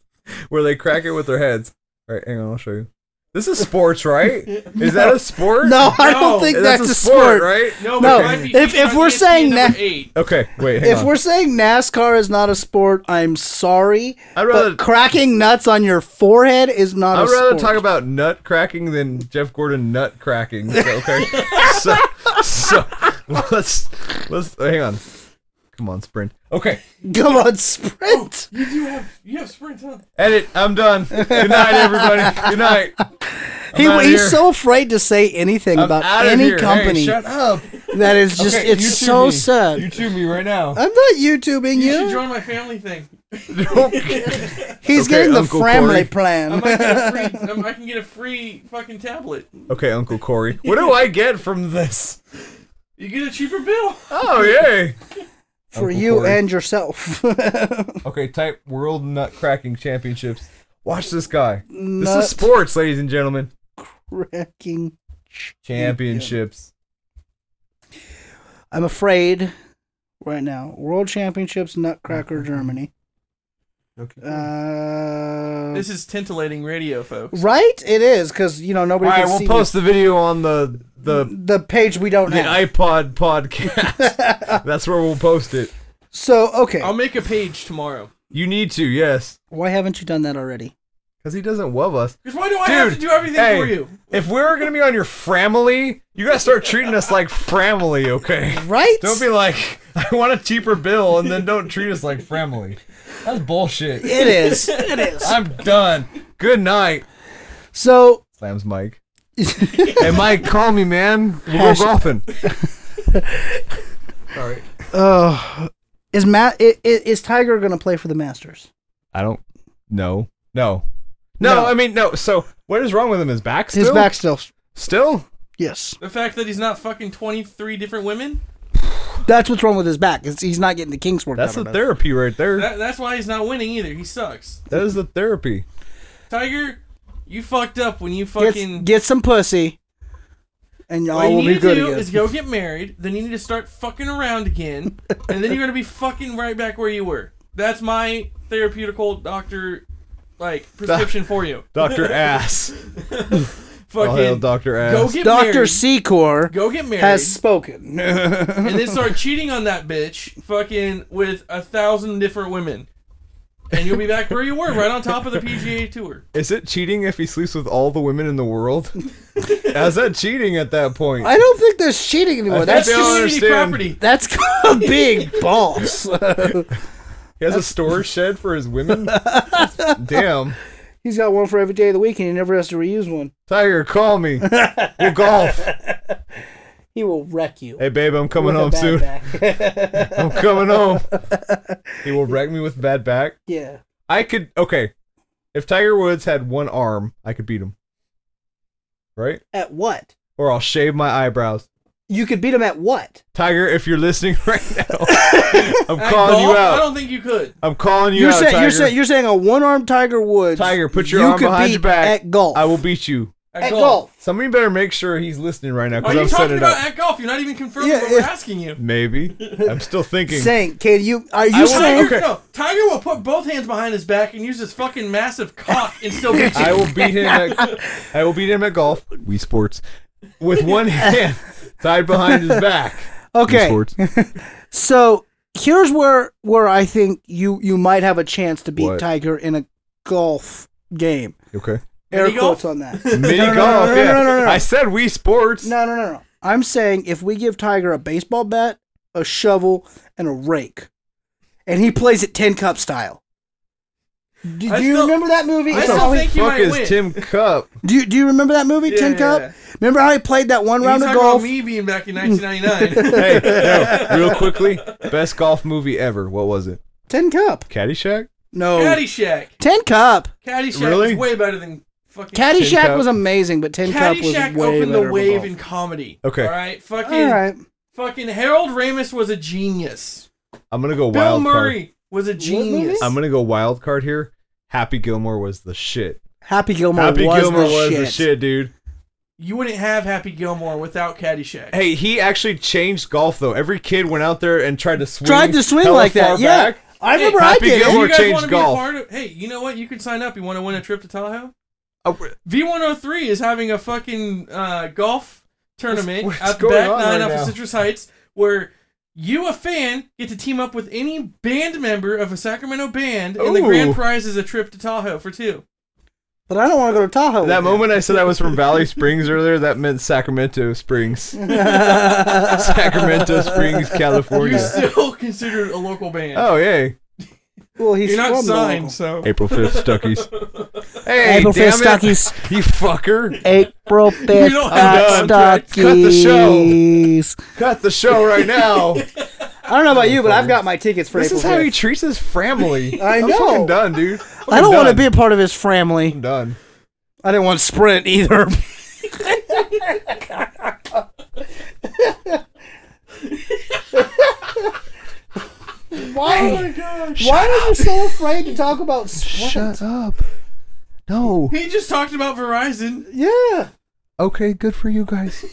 Speaker 2: where they crack it with their heads. All right, hang on, I'll show you. This is sports, right? Is that a sport?
Speaker 1: No, I don't
Speaker 3: No,
Speaker 1: think
Speaker 2: that's, a sport, right?
Speaker 3: No,
Speaker 1: No,
Speaker 3: but it might be
Speaker 1: if-
Speaker 3: eight
Speaker 1: if
Speaker 3: on
Speaker 1: we're
Speaker 3: ESPN
Speaker 1: saying
Speaker 3: number
Speaker 1: that-
Speaker 3: eight.
Speaker 2: Okay, wait, hang
Speaker 1: If
Speaker 2: on.
Speaker 1: we're saying NASCAR is not a sport, I'm sorry.
Speaker 2: I'd rather-
Speaker 1: but cracking nuts on your forehead is not
Speaker 2: I'd
Speaker 1: a
Speaker 2: rather
Speaker 1: sport.
Speaker 2: talk about nut cracking than Jeff Gordon nut cracking. So, okay, so, so let's let's oh, hang on. Come on, sprint. Okay,
Speaker 1: Come on,
Speaker 2: Oh.
Speaker 1: sprint.
Speaker 3: You do have you have sprint, huh?
Speaker 2: edit. I'm done. Good night, everybody. Good night.
Speaker 1: He,
Speaker 2: outta
Speaker 1: he's
Speaker 2: here.
Speaker 1: so afraid to say anything
Speaker 2: I'm
Speaker 1: about
Speaker 2: outta
Speaker 1: any
Speaker 2: here. Hey,
Speaker 1: company
Speaker 2: shut up.
Speaker 1: that is just
Speaker 2: Okay,
Speaker 1: it's
Speaker 2: YouTube
Speaker 1: so
Speaker 2: me.
Speaker 1: sad.
Speaker 2: YouTube me right now.
Speaker 1: I'm not YouTubing
Speaker 3: You
Speaker 1: you.
Speaker 3: should join my family thing.
Speaker 1: he's
Speaker 2: Okay,
Speaker 1: getting the
Speaker 2: Uncle Corey.
Speaker 1: family
Speaker 3: I might get a
Speaker 1: plan.
Speaker 3: free. I might- I can get a free fucking tablet.
Speaker 2: okay, Uncle Corey. What do I get from this?
Speaker 3: You get a cheaper bill.
Speaker 2: Oh yay!
Speaker 1: For
Speaker 2: Uncle
Speaker 1: you
Speaker 2: Corey.
Speaker 1: and yourself.
Speaker 2: Okay, type World Nut Cracking Championships. Watch this guy. This
Speaker 1: Nut
Speaker 2: is sports, ladies and gentlemen.
Speaker 1: cracking.
Speaker 2: Championships.
Speaker 1: I'm afraid right now. World Championships, Nutcracker, Germany.
Speaker 2: Okay.
Speaker 1: Uh,
Speaker 3: This is titillating radio, folks.
Speaker 1: right? It is because you know
Speaker 2: All
Speaker 1: nobody.
Speaker 2: right,
Speaker 1: can
Speaker 2: we'll
Speaker 1: see
Speaker 2: post the video on the the
Speaker 1: the page we don't
Speaker 2: the
Speaker 1: have.
Speaker 2: iPod podcast. That's where we'll post it.
Speaker 1: so okay,
Speaker 2: Um,
Speaker 3: I'll make a page tomorrow.
Speaker 2: You need to, yes,
Speaker 1: why haven't you done that already?
Speaker 2: because he doesn't love us.
Speaker 3: Because why do I have to do everything
Speaker 2: hey,
Speaker 3: for you?
Speaker 2: If we're gonna be on your family, you gotta start treating us like family, okay?
Speaker 1: Right?
Speaker 2: Don't be like, I want a cheaper bill, and then don't treat us like family. That's bullshit.
Speaker 1: it is. It is.
Speaker 2: I'm done. Good night.
Speaker 1: So
Speaker 2: Slams Mike. hey Mike, call me, man. We'll
Speaker 1: Hash-
Speaker 2: go golfing. Sorry.
Speaker 1: uh, is Matt? Is, is Tiger gonna play for the Masters?
Speaker 2: I don't. No. No. No.
Speaker 1: No.
Speaker 2: I mean, no. So what is wrong with him? His back still.
Speaker 1: His back still.
Speaker 2: Still.
Speaker 1: Yes,
Speaker 3: The fact that he's not fucking twenty three different women.
Speaker 1: that's what's wrong with his back. Is he's not getting the kinks worked
Speaker 2: That's
Speaker 1: out.
Speaker 2: the
Speaker 1: enough.
Speaker 2: therapy right there.
Speaker 3: That, that's why he's not winning either. He sucks.
Speaker 2: That is the therapy.
Speaker 3: Tiger, you fucked up when you
Speaker 1: Get-
Speaker 3: fucking.
Speaker 1: Get, some pussy, and y'all
Speaker 3: What you
Speaker 1: will
Speaker 3: need
Speaker 1: be
Speaker 3: to
Speaker 1: good
Speaker 3: do
Speaker 1: again.
Speaker 3: is go get married, then you need to start fucking around again, and then you're gonna be fucking right back where you were. That's my therapeutical doctor, like prescription for you.
Speaker 2: Doctor Ass. Oh hell,
Speaker 3: Fucking
Speaker 2: Doctor Ass.
Speaker 3: go get
Speaker 1: Doctor
Speaker 3: married.
Speaker 1: Secor
Speaker 3: Go get married,
Speaker 1: has spoken.
Speaker 3: and then start cheating on that bitch, fucking with a thousand different women, and you'll be back where you were, right on top of the PGA Tour.
Speaker 2: Is it cheating if he sleeps with all the women in the world? How's that cheating at that point?
Speaker 1: I don't think there's cheating anymore.
Speaker 2: think
Speaker 1: That's
Speaker 3: That's
Speaker 2: don't
Speaker 1: just,
Speaker 3: community property.
Speaker 2: understand.
Speaker 1: that's called being boss.
Speaker 2: He has a storage shed for his women. Damn.
Speaker 1: He's got one for every day of the week, and he never has to reuse one.
Speaker 2: Tiger, call me. We'll golf.
Speaker 1: He will wreck you.
Speaker 2: Hey babe, I'm coming
Speaker 1: with a
Speaker 2: home
Speaker 1: bad
Speaker 2: soon.
Speaker 1: back.
Speaker 2: I'm coming home. He will wreck me with a bad back.
Speaker 1: yeah.
Speaker 2: I could okay. If Tiger Woods had one arm, I could beat him. Right?
Speaker 1: At what?
Speaker 2: Or I'll shave my eyebrows.
Speaker 1: You could beat him at what?
Speaker 2: Tiger, if you're listening right now, I'm
Speaker 3: At
Speaker 2: calling you
Speaker 3: golf? I
Speaker 2: out.
Speaker 3: don't think you could.
Speaker 2: I'm calling you
Speaker 1: are
Speaker 2: out,
Speaker 1: saying
Speaker 2: Tiger.
Speaker 1: you're saying you're saying a one-armed Tiger Woods.
Speaker 2: Tiger, put your
Speaker 1: you
Speaker 2: arm
Speaker 1: could
Speaker 2: behind
Speaker 1: beat
Speaker 2: your back.
Speaker 1: at golf.
Speaker 2: I will beat you.
Speaker 1: at golf.
Speaker 2: Somebody better make sure he's listening right now
Speaker 3: Are
Speaker 2: because
Speaker 3: Oh, you
Speaker 2: I've set
Speaker 3: talking
Speaker 2: it
Speaker 3: about
Speaker 2: up.
Speaker 3: at golf? You're not even confirming
Speaker 1: Yeah,
Speaker 3: what we're
Speaker 1: yeah.
Speaker 3: asking you.
Speaker 2: Maybe. I'm still thinking.
Speaker 1: Saying, can you? Are
Speaker 2: I
Speaker 1: you
Speaker 2: will-
Speaker 1: saying?
Speaker 3: Tiger,
Speaker 2: Okay.
Speaker 3: no, Tiger will put both hands behind his back and use his fucking massive cock and still beat you.
Speaker 2: I will beat him. At, I will beat him at golf. We sports with one hand tied behind his back. Wii
Speaker 1: Okay.
Speaker 2: Sports.
Speaker 1: So here's where where I think you you might have a chance to beat
Speaker 2: What?
Speaker 1: Tiger in a golf game.
Speaker 2: Okay.
Speaker 1: Air
Speaker 3: Mini golf?
Speaker 1: quotes on that.
Speaker 2: Mini
Speaker 1: no, no,
Speaker 2: golf.
Speaker 1: no, no,
Speaker 2: yeah.
Speaker 1: no, no, no, no.
Speaker 2: I said we sports.
Speaker 1: No, no, no, no. I'm saying if we give Tiger a baseball bat, a shovel, and a rake, and he plays it ten cup style. Do, do
Speaker 3: I
Speaker 1: you
Speaker 3: still-
Speaker 1: remember that movie?
Speaker 3: I
Speaker 1: It's
Speaker 3: still
Speaker 1: how he-
Speaker 3: think he
Speaker 2: Fuck
Speaker 3: might
Speaker 2: is
Speaker 3: win.
Speaker 2: Tim Cup?
Speaker 1: do you do you remember that movie,
Speaker 3: Yeah,
Speaker 1: Ten
Speaker 3: yeah,
Speaker 1: Cup?
Speaker 3: yeah.
Speaker 1: Remember how he played that one round
Speaker 3: you
Speaker 1: of
Speaker 3: talking
Speaker 1: golf?
Speaker 3: About me being back in 1999.
Speaker 2: Hey, no, real quickly, best golf movie ever. What was it?
Speaker 1: Ten Cup.
Speaker 2: Caddyshack.
Speaker 1: No.
Speaker 3: Caddyshack.
Speaker 1: Ten Cup.
Speaker 3: Caddyshack
Speaker 2: Really?
Speaker 3: is way better than fucking.
Speaker 1: Caddyshack
Speaker 2: Cup.
Speaker 1: was amazing, but Ten Cup was
Speaker 3: Caddyshack
Speaker 1: way
Speaker 3: opened the
Speaker 1: better. of a
Speaker 3: wave
Speaker 1: golf.
Speaker 3: in comedy.
Speaker 2: Okay.
Speaker 3: All right. Fucking.
Speaker 1: All right.
Speaker 3: Fucking Harold Ramis was a genius.
Speaker 2: I'm gonna go
Speaker 3: Bill
Speaker 2: wild
Speaker 3: Murray
Speaker 2: card.
Speaker 3: was a
Speaker 1: movie?
Speaker 3: genius.
Speaker 2: I'm gonna go wild card here. Happy Gilmore was the shit.
Speaker 1: Happy Gilmore
Speaker 2: Happy
Speaker 1: was,
Speaker 2: Gilmore
Speaker 1: the,
Speaker 2: was
Speaker 1: shit.
Speaker 2: the shit, dude.
Speaker 3: you wouldn't have Happy Gilmore without Caddyshack.
Speaker 2: Hey, he actually changed golf though. Every kid went out there and tried to swing.
Speaker 1: Tried to swing
Speaker 2: hella
Speaker 1: like
Speaker 2: far
Speaker 1: that. Yeah.
Speaker 2: back.
Speaker 1: I remember
Speaker 2: Hey,
Speaker 1: I
Speaker 2: Happy
Speaker 1: did. it.
Speaker 3: If
Speaker 2: Gilmore
Speaker 3: you guys
Speaker 2: changed
Speaker 3: wanna be A
Speaker 2: golf.
Speaker 3: part of, hey, you know what? You can sign up. You want to win a trip to Tallahassee?
Speaker 2: Oh,
Speaker 3: V103 is having a fucking uh, golf tournament
Speaker 2: What's- what's
Speaker 3: at the
Speaker 2: going
Speaker 3: back
Speaker 2: on
Speaker 3: nine
Speaker 2: right
Speaker 3: off
Speaker 2: now?
Speaker 3: of Citrus Heights where you, a fan, get to team up with any band member of a Sacramento band, and the
Speaker 2: Ooh.
Speaker 3: grand prize is a trip to Tahoe for two.
Speaker 1: But I don't want to go to Tahoe.
Speaker 2: Uh, That moment I said I was from Valley Springs earlier, that meant Sacramento Springs. Sacramento Springs,
Speaker 3: You're
Speaker 2: California.
Speaker 3: still considered a local band.
Speaker 2: Oh, yay.
Speaker 1: Well, he's
Speaker 3: You're not
Speaker 1: from
Speaker 3: signed,
Speaker 1: Louisville.
Speaker 3: so.
Speaker 2: April 5th, Stuckies. Hey,
Speaker 1: April
Speaker 2: damn
Speaker 1: Fifth
Speaker 2: it.
Speaker 1: Stuckies.
Speaker 2: You fucker.
Speaker 1: April fifth
Speaker 3: don't
Speaker 1: at
Speaker 3: have
Speaker 2: contracts. Cut the show.
Speaker 1: Stuckies.
Speaker 2: Cut the show right now.
Speaker 1: I don't know about you, but I've got my tickets for
Speaker 2: this
Speaker 1: April
Speaker 2: is how he
Speaker 1: 5th.
Speaker 2: treats his family.
Speaker 1: I
Speaker 2: I'm
Speaker 1: know.
Speaker 2: fucking done, dude. Fucking
Speaker 1: I don't want to
Speaker 2: done.
Speaker 1: be a part of his family.
Speaker 2: I'm done.
Speaker 1: I didn't want Sprint either.
Speaker 2: Why? Oh my gosh.
Speaker 1: Why are you so afraid to talk about Sprint?
Speaker 2: Shut up. No.
Speaker 3: He just talked about Verizon.
Speaker 1: Yeah.
Speaker 2: Okay, good for you guys.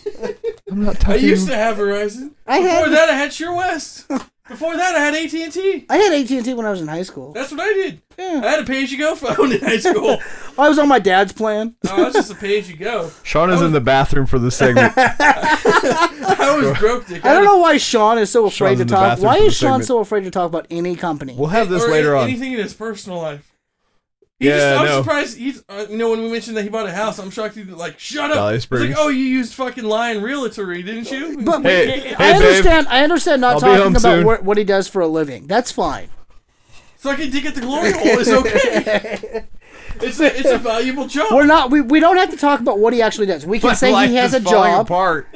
Speaker 2: I'm not
Speaker 3: I
Speaker 2: talking.
Speaker 3: used to have Verizon.
Speaker 1: I
Speaker 3: Before
Speaker 1: had
Speaker 3: that, I had Sure West. Before that, I had AT and T.
Speaker 1: I had AT&T when I was in high school.
Speaker 3: That's what I did.
Speaker 1: Yeah.
Speaker 3: I had a pay-as-you-go phone in high school.
Speaker 1: I was on my dad's plan.
Speaker 3: I was just a pay-as-you-go.
Speaker 2: Sean is in the bathroom for this segment.
Speaker 3: I was broke. Dick.
Speaker 1: I don't know why Sean is so afraid
Speaker 2: Sean's
Speaker 1: to
Speaker 2: in the
Speaker 1: talk.
Speaker 2: bathroom
Speaker 1: Why
Speaker 2: for
Speaker 1: is
Speaker 2: the
Speaker 1: Sean
Speaker 2: segment.
Speaker 1: so afraid to talk about any company?
Speaker 2: We'll have this
Speaker 3: or
Speaker 2: later
Speaker 3: any-
Speaker 2: on.
Speaker 3: Anything in his personal life. He
Speaker 2: Yeah,
Speaker 3: just, I'm
Speaker 2: no.
Speaker 3: surprised. He's, uh, you know, when we mentioned that he bought a house, I'm shocked he didn't, like, shut up.
Speaker 2: Valley
Speaker 3: He's like,
Speaker 2: Springs.
Speaker 3: oh, you used fucking Lion Realtory, didn't you?
Speaker 1: But
Speaker 2: Hey-
Speaker 1: we-
Speaker 2: hey,
Speaker 1: I
Speaker 2: babe.
Speaker 1: understand. I understand not
Speaker 2: I'll be home
Speaker 1: talking about
Speaker 2: soon.
Speaker 1: what, what he does for a living. That's fine.
Speaker 3: Sucking dick at the glory hole is okay. it's, a, it's a valuable job.
Speaker 1: We're not. We, we don't have to talk about what he actually does. We can say he has a job.
Speaker 2: Apart.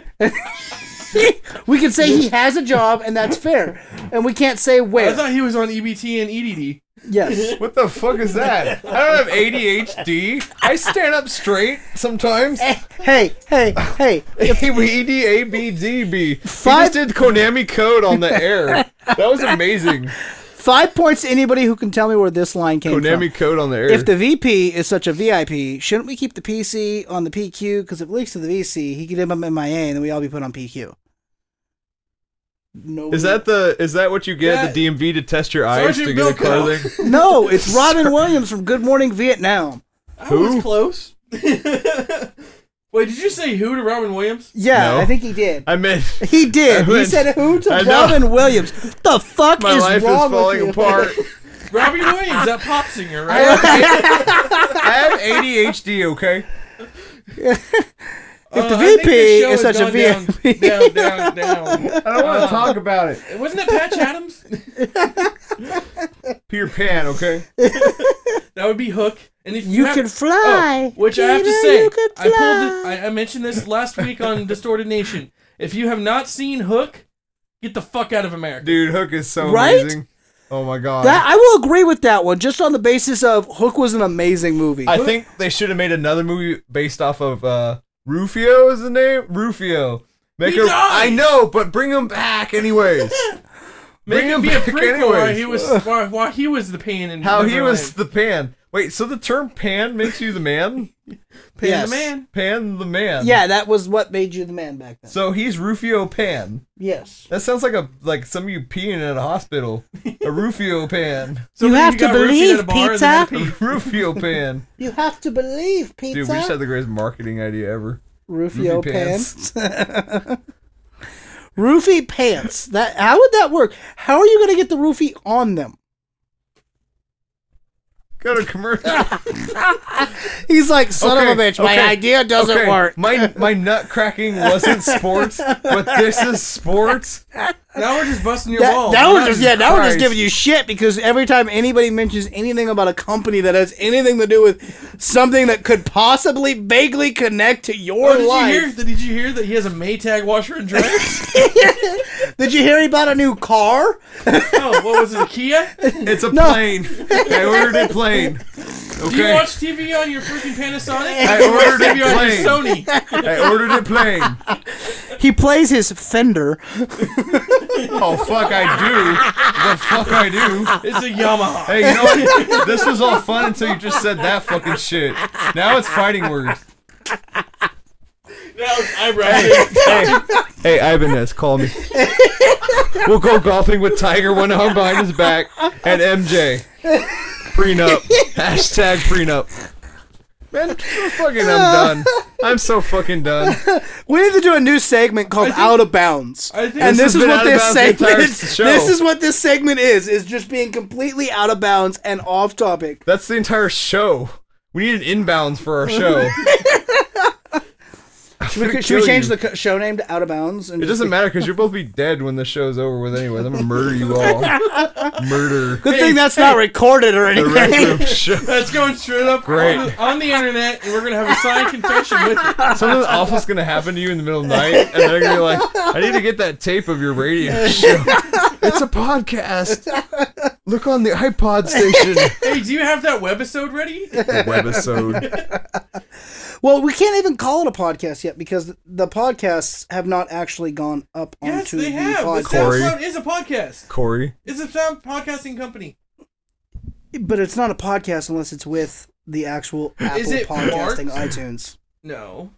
Speaker 1: We can say he has a job, and that's fair. And we can't say
Speaker 3: I
Speaker 1: where.
Speaker 3: thought he was on EBT and E EDD.
Speaker 1: Yes.
Speaker 2: What the fuck is that? I don't have ADHD. I stand up straight sometimes.
Speaker 1: Hey, hey, hey.
Speaker 2: E-D-A-B-D-B.
Speaker 1: Five-
Speaker 2: Five just did Konami code on the air. That was amazing.
Speaker 1: Five points to anybody who can tell me where this line came
Speaker 2: Konami
Speaker 1: from.
Speaker 2: code on the air.
Speaker 1: If the VP is such a VIP, shouldn't we keep the PC on the PQ? Because if it leaks to the VC, he could end up MIA, and then we all be put on PQ. No.
Speaker 2: is that the is that what you get at the
Speaker 3: Yeah.
Speaker 2: DMV to test your eyes
Speaker 3: Sergeant
Speaker 2: to get a
Speaker 3: Bilko.
Speaker 2: clothing?
Speaker 1: No, it's Robin Williams from Good Morning Vietnam.
Speaker 3: I
Speaker 2: Who?
Speaker 3: was close. Wait, did you say who to Robin Williams?
Speaker 1: Yeah,
Speaker 2: No.
Speaker 1: I think he did.
Speaker 2: I meant
Speaker 1: He did.
Speaker 2: I
Speaker 1: He
Speaker 2: went-
Speaker 1: said, "Who to
Speaker 2: I know.
Speaker 1: Robin Williams? The fuck
Speaker 2: my
Speaker 1: is
Speaker 2: life is
Speaker 1: wrong
Speaker 2: falling
Speaker 1: with you?"
Speaker 2: apart.
Speaker 3: Robbie Williams, that pop singer,
Speaker 2: I
Speaker 3: right?
Speaker 2: have, I have ADHD, okay?
Speaker 1: If the
Speaker 3: Uh, I think this
Speaker 1: VP
Speaker 3: show
Speaker 1: is
Speaker 3: has
Speaker 1: such a
Speaker 3: gone
Speaker 1: VIP.
Speaker 3: Down, down, down, down.
Speaker 2: I don't want to talk about it.
Speaker 3: Wasn't it Patch Adams?
Speaker 2: Peter Pan, okay?
Speaker 3: That would be Hook. And if you,
Speaker 1: You
Speaker 3: have-
Speaker 1: can fly,
Speaker 3: oh, which I have to
Speaker 1: Peter,
Speaker 3: say,
Speaker 1: you can
Speaker 3: I pulled
Speaker 1: fly.
Speaker 3: it. I, I mentioned this last week on Distorted Nation. If you have not seen Hook, get the fuck out of America.
Speaker 2: Dude, Hook is so
Speaker 1: Right?
Speaker 2: amazing. Oh my god.
Speaker 1: That I will agree with that one, just on the basis of Hook was an amazing movie.
Speaker 2: I think they should have made another movie based off of uh Rufio is the name? Rufio. Make
Speaker 3: He
Speaker 2: a-
Speaker 3: dies!
Speaker 2: I know, but bring him back anyways.
Speaker 3: Make
Speaker 2: Bring
Speaker 3: him
Speaker 2: him
Speaker 3: be a
Speaker 2: back
Speaker 3: prequel while
Speaker 2: anyways.
Speaker 3: he was while, while he was the pain in
Speaker 2: How he was
Speaker 3: Neverland.
Speaker 2: the pan. Wait, so the term pan makes you the man?
Speaker 3: pain
Speaker 1: Yes.
Speaker 3: the man.
Speaker 2: Pan the man.
Speaker 1: yeah, that was what made you the man back then.
Speaker 2: So he's Rufio Pan.
Speaker 1: yes,
Speaker 2: That sounds like a like some of you peeing at a hospital. A Rufio Pan.
Speaker 3: So
Speaker 1: You
Speaker 3: then
Speaker 1: have to
Speaker 3: got roofied
Speaker 1: believe,
Speaker 3: at a bar and then
Speaker 1: pizza.
Speaker 3: a pee.
Speaker 2: Rufio Pan.
Speaker 1: you have to believe pizza.
Speaker 2: Dude, we just had the greatest marketing idea ever.
Speaker 1: Rufio
Speaker 2: Roofie
Speaker 1: pants. roofie pants. That how would that work? How are you going to get the roofie on them?
Speaker 2: Go to commercial.
Speaker 1: He's like, son of a
Speaker 2: Okay,
Speaker 1: bitch. My
Speaker 2: okay,
Speaker 1: idea doesn't
Speaker 2: okay.
Speaker 1: work.
Speaker 2: My my nut cracking wasn't sports, but this is sports.
Speaker 3: Now we're just busting your
Speaker 1: That,
Speaker 3: balls.
Speaker 1: now we're
Speaker 2: Jesus
Speaker 1: just yeah. Now we're just
Speaker 2: Christ.
Speaker 1: giving you shit because every time anybody mentions anything about a company that has anything to do with something that could possibly vaguely connect to your
Speaker 3: Oh, did
Speaker 1: life.
Speaker 3: you hear? Did you hear that he has a Maytag washer and dryer?
Speaker 1: Did you hear he bought a new car?
Speaker 3: oh, what was it, Kia?
Speaker 2: It's a plane. I ordered a plane.
Speaker 3: Do you
Speaker 2: Okay.
Speaker 3: watch TV on your freaking Panasonic?
Speaker 2: I
Speaker 3: Do you watch
Speaker 2: ordered it
Speaker 3: TV on your Sony.
Speaker 2: I ordered a plane.
Speaker 1: He plays his Fender.
Speaker 2: Oh fuck, I do. The fuck I do.
Speaker 3: It's a Yamaha.
Speaker 2: Hey, you know what? This was all fun until you just said that fucking shit. Now it's fighting words.
Speaker 3: Now it's eyebrow.
Speaker 2: Hey, hey, Ibanez, call me. We'll go golfing with Tiger, one arm behind his back, and MJ. Prenup. Hashtag prenup. Man, I'm fucking, I'm done. I'm so fucking done.
Speaker 1: We need to do a new segment called Out of Bounds.
Speaker 3: I think
Speaker 1: and
Speaker 3: this
Speaker 1: this
Speaker 2: has
Speaker 1: is
Speaker 2: been
Speaker 1: what
Speaker 2: out of
Speaker 1: this
Speaker 2: bounds the
Speaker 1: segment
Speaker 2: entire
Speaker 1: is.
Speaker 2: show.
Speaker 1: This is what this segment is is just being completely out of bounds and off topic.
Speaker 2: That's the entire show. We need an inbounds for our show.
Speaker 1: Should we, should we change the co- show name to Out of Bounds? And
Speaker 2: It doesn't matter because you'll both be dead when the show's over with anyway. I'm gonna murder you all. Murder.
Speaker 1: Good thing that's not recorded or
Speaker 2: The Rec Room
Speaker 1: anything.
Speaker 2: show.
Speaker 3: That's going straight up
Speaker 2: Great.
Speaker 3: On, the, on the internet, and we're gonna have a signed confession with it.
Speaker 2: Something awful's gonna happen to you in the middle of the night, and they're gonna be like, "I need to get that tape of your radio show. It's a podcast. Look on the iPod station.
Speaker 3: Hey, do you have that webisode ready?
Speaker 2: The webisode.
Speaker 1: well, we can't even call it a podcast yet because the podcasts have not actually gone up
Speaker 3: Yes,
Speaker 1: onto
Speaker 3: they
Speaker 1: the
Speaker 3: have. The
Speaker 1: podcast.
Speaker 2: Corey.
Speaker 3: SoundCloud is a podcast.
Speaker 2: Corey,
Speaker 3: It's a sound podcasting company.
Speaker 1: But it's not a podcast unless it's with the actual Apple
Speaker 3: it
Speaker 1: podcasting
Speaker 3: marked?
Speaker 1: iTunes.
Speaker 3: No.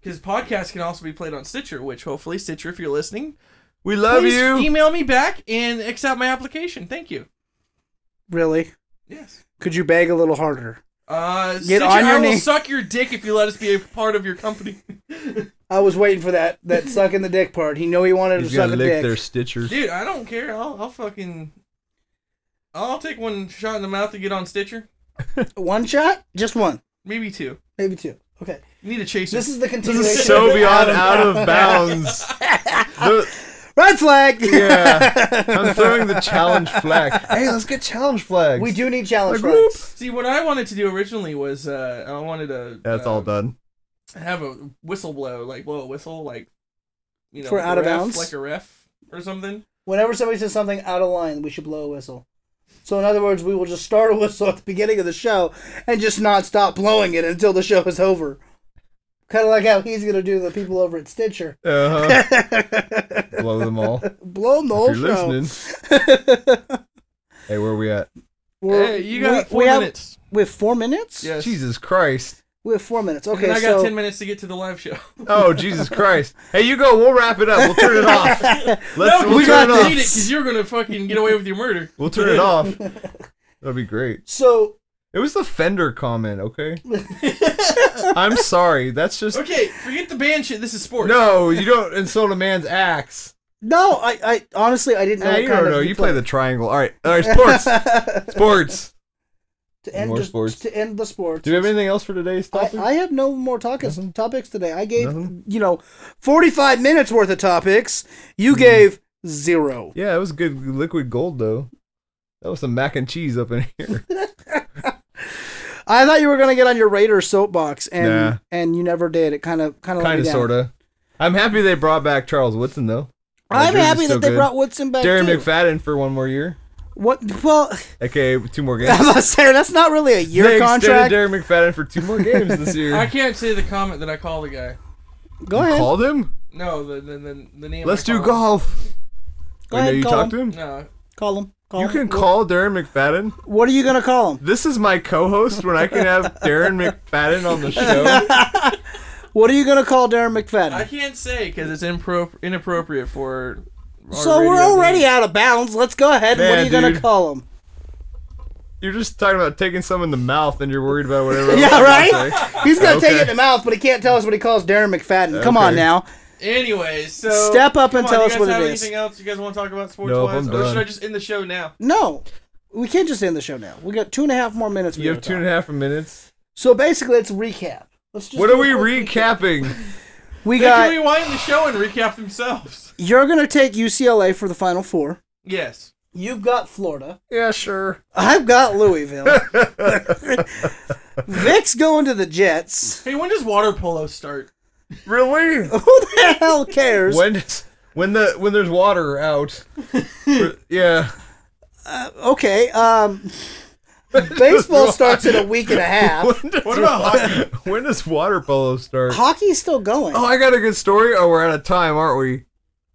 Speaker 3: Because podcasts can also be played on Stitcher, which hopefully Stitcher, if you're listening,
Speaker 2: we love
Speaker 3: please
Speaker 2: you.
Speaker 3: email me back and accept my application. Thank you.
Speaker 1: Really?
Speaker 3: Yes.
Speaker 1: Could you bag a little harder?
Speaker 3: Uh,
Speaker 1: Get
Speaker 3: Stitcher,
Speaker 1: on your
Speaker 3: I will
Speaker 1: knee-
Speaker 3: suck your dick if you let us be a part of your company.
Speaker 1: I was waiting for that that suck in the dick part. He knew he wanted
Speaker 2: He's
Speaker 1: to suck
Speaker 2: gonna
Speaker 1: a
Speaker 2: lick
Speaker 1: dick.
Speaker 2: their stitchers.
Speaker 3: Dude, I don't care. I'll, I'll fucking. I'll take one shot in the mouth to get on Stitcher.
Speaker 1: One shot, just one,
Speaker 3: Maybe two.
Speaker 1: maybe two. Okay,
Speaker 3: You need a chaser.
Speaker 1: this is the
Speaker 2: This
Speaker 1: continuation.
Speaker 2: is so
Speaker 1: of the
Speaker 2: beyond
Speaker 1: Adam-
Speaker 2: out of bounds. The-
Speaker 1: Red flag.
Speaker 2: yeah, I'm throwing the challenge flag. Hey, let's get challenge flags.
Speaker 1: we do need
Speaker 2: Like,
Speaker 1: challenge
Speaker 2: whoop.
Speaker 1: flags.
Speaker 3: See, what I wanted to do originally was uh, I wanted to.
Speaker 2: That's
Speaker 3: uh,
Speaker 2: all done.
Speaker 3: have a whistle blow, like blow a whistle, like you know,
Speaker 1: For
Speaker 3: like a
Speaker 1: out of
Speaker 3: ref,
Speaker 1: bounds?
Speaker 3: like a ref or something.
Speaker 1: Whenever somebody says something out of line, we should blow a whistle. So in other words, we will just start a whistle at the beginning of the show and just not stop blowing it until the show is over. Kind of like how he's gonna do the people over at Stitcher.
Speaker 2: Uh-huh. Blow them all. If
Speaker 1: Blow them the whole
Speaker 2: you're
Speaker 1: show.
Speaker 2: listening. Hey, where are we at?
Speaker 1: We're-
Speaker 3: hey, you got four
Speaker 1: we have-
Speaker 3: minutes.
Speaker 1: we have four minutes.
Speaker 3: Yes.
Speaker 2: Jesus Christ.
Speaker 1: We have four minutes.
Speaker 3: And
Speaker 1: Okay,
Speaker 3: I got
Speaker 1: so
Speaker 3: ten minutes to get to the live show.
Speaker 2: Oh, Jesus Christ. Hey, you go. We'll wrap it up. We'll turn it off. Let's,
Speaker 3: no,
Speaker 2: we'll
Speaker 3: we
Speaker 2: turn
Speaker 3: got to
Speaker 2: it off.
Speaker 3: delete it because you're gonna fucking get away with your murder.
Speaker 2: We'll turn it off. That'd be great.
Speaker 1: so
Speaker 2: It was the Fender comment, okay? I'm sorry. That's just.
Speaker 3: Okay, forget the band shit. This is sports.
Speaker 2: No, you don't insult a man's axe.
Speaker 1: no, I, I honestly I didn't know.
Speaker 2: Nah,
Speaker 1: what
Speaker 2: you
Speaker 1: kind
Speaker 2: don't
Speaker 1: of
Speaker 2: know. You play the triangle. All right. All right. Sports. Sports.
Speaker 1: to end
Speaker 2: More
Speaker 1: the,
Speaker 2: sports.
Speaker 1: to end the sports.
Speaker 2: Do we have anything else for today's
Speaker 1: I,
Speaker 2: topic?
Speaker 1: I have no more topics
Speaker 2: Nothing?
Speaker 1: topics today. I gave
Speaker 2: Nothing?
Speaker 1: you know forty five minutes worth of topics. You
Speaker 2: Hmm.
Speaker 1: gave zero.
Speaker 2: Yeah, it was good liquid gold, though. That was some mac and cheese up in here.
Speaker 1: I thought you were gonna get on your Raider soapbox, and
Speaker 2: Nah.
Speaker 1: and you never did. It kind of kind of
Speaker 2: kind of, sort of. I'm happy they brought back Charles Woodson, though.
Speaker 1: I'm
Speaker 2: Rodgers is
Speaker 1: happy
Speaker 2: still
Speaker 1: that they
Speaker 2: good.
Speaker 1: brought Woodson back.
Speaker 2: Darren
Speaker 1: too.
Speaker 2: McFadden for one more year.
Speaker 1: What? Well,
Speaker 2: Okay, two more
Speaker 1: I
Speaker 2: games.
Speaker 1: was saying that's not really a year
Speaker 2: they
Speaker 1: contract.
Speaker 2: extended Darren McFadden for two more games this year.
Speaker 3: I can't say the comment that I call the guy.
Speaker 1: Go ahead.
Speaker 2: Call them.
Speaker 3: No, the the, the, the name.
Speaker 2: Let's
Speaker 3: I
Speaker 2: do
Speaker 3: call
Speaker 2: golf.
Speaker 1: Go
Speaker 2: I know
Speaker 1: ahead,
Speaker 2: you
Speaker 1: call
Speaker 2: talked to
Speaker 3: him.
Speaker 2: him.
Speaker 3: No,
Speaker 1: Call him. Call
Speaker 2: You
Speaker 1: him.
Speaker 2: can call Darren McFadden.
Speaker 1: What are you gonna call him?
Speaker 2: This is my co-host when I can have Darren McFadden on the show.
Speaker 1: What are you gonna call Darren McFadden?
Speaker 3: I can't say because it's impro- inappropriate for. our
Speaker 1: so we're
Speaker 3: radio
Speaker 1: already
Speaker 3: news.
Speaker 1: out of bounds. Let's go ahead. what
Speaker 2: Yeah,
Speaker 1: are you gonna
Speaker 2: dude.
Speaker 1: call him?
Speaker 2: You're just talking about taking some in the mouth, and you're worried about whatever. else
Speaker 1: Yeah,
Speaker 2: I'm
Speaker 1: right?
Speaker 2: gonna say.
Speaker 1: He's gonna take
Speaker 2: Okay.
Speaker 1: it in the mouth, but he can't tell us what he calls Darren McFadden. Come on
Speaker 2: Okay.
Speaker 1: now.
Speaker 3: Anyways, so
Speaker 1: Step up and
Speaker 3: come on,
Speaker 1: tell
Speaker 3: you
Speaker 1: us
Speaker 3: guys
Speaker 1: what it
Speaker 3: have
Speaker 1: is.
Speaker 3: Anything else you guys want to talk about sports
Speaker 2: Nope,
Speaker 3: wise,
Speaker 2: I'm
Speaker 3: or
Speaker 2: done.
Speaker 3: should I just end the show now?
Speaker 1: No, we can't just end the show now. We got two and a half more minutes. we
Speaker 2: You have
Speaker 1: gotta
Speaker 2: two and
Speaker 1: talk.
Speaker 2: a half minutes.
Speaker 1: So basically, it's recap. Let's just
Speaker 2: What
Speaker 1: do
Speaker 2: are
Speaker 1: a
Speaker 2: we
Speaker 1: quick recap.
Speaker 2: recapping?
Speaker 1: We
Speaker 3: They can
Speaker 1: got
Speaker 3: rewind the show and recap themselves.
Speaker 1: you're gonna take UCLA for the Final Four.
Speaker 3: Yes.
Speaker 1: You've got Florida.
Speaker 2: Yeah, sure.
Speaker 1: I've got Louisville. Vic's going to the Jets.
Speaker 3: Hey, when does water polo start?
Speaker 2: Really?
Speaker 1: Who the hell cares?
Speaker 2: When does- when the when there's water out? yeah.
Speaker 1: Okay. Um, baseball starts in a week and a half.
Speaker 2: When does,
Speaker 3: What about hockey?
Speaker 2: when does water polo start?
Speaker 1: Hockey's still going.
Speaker 2: Oh, I got a good story. Oh, we're out of time, aren't we?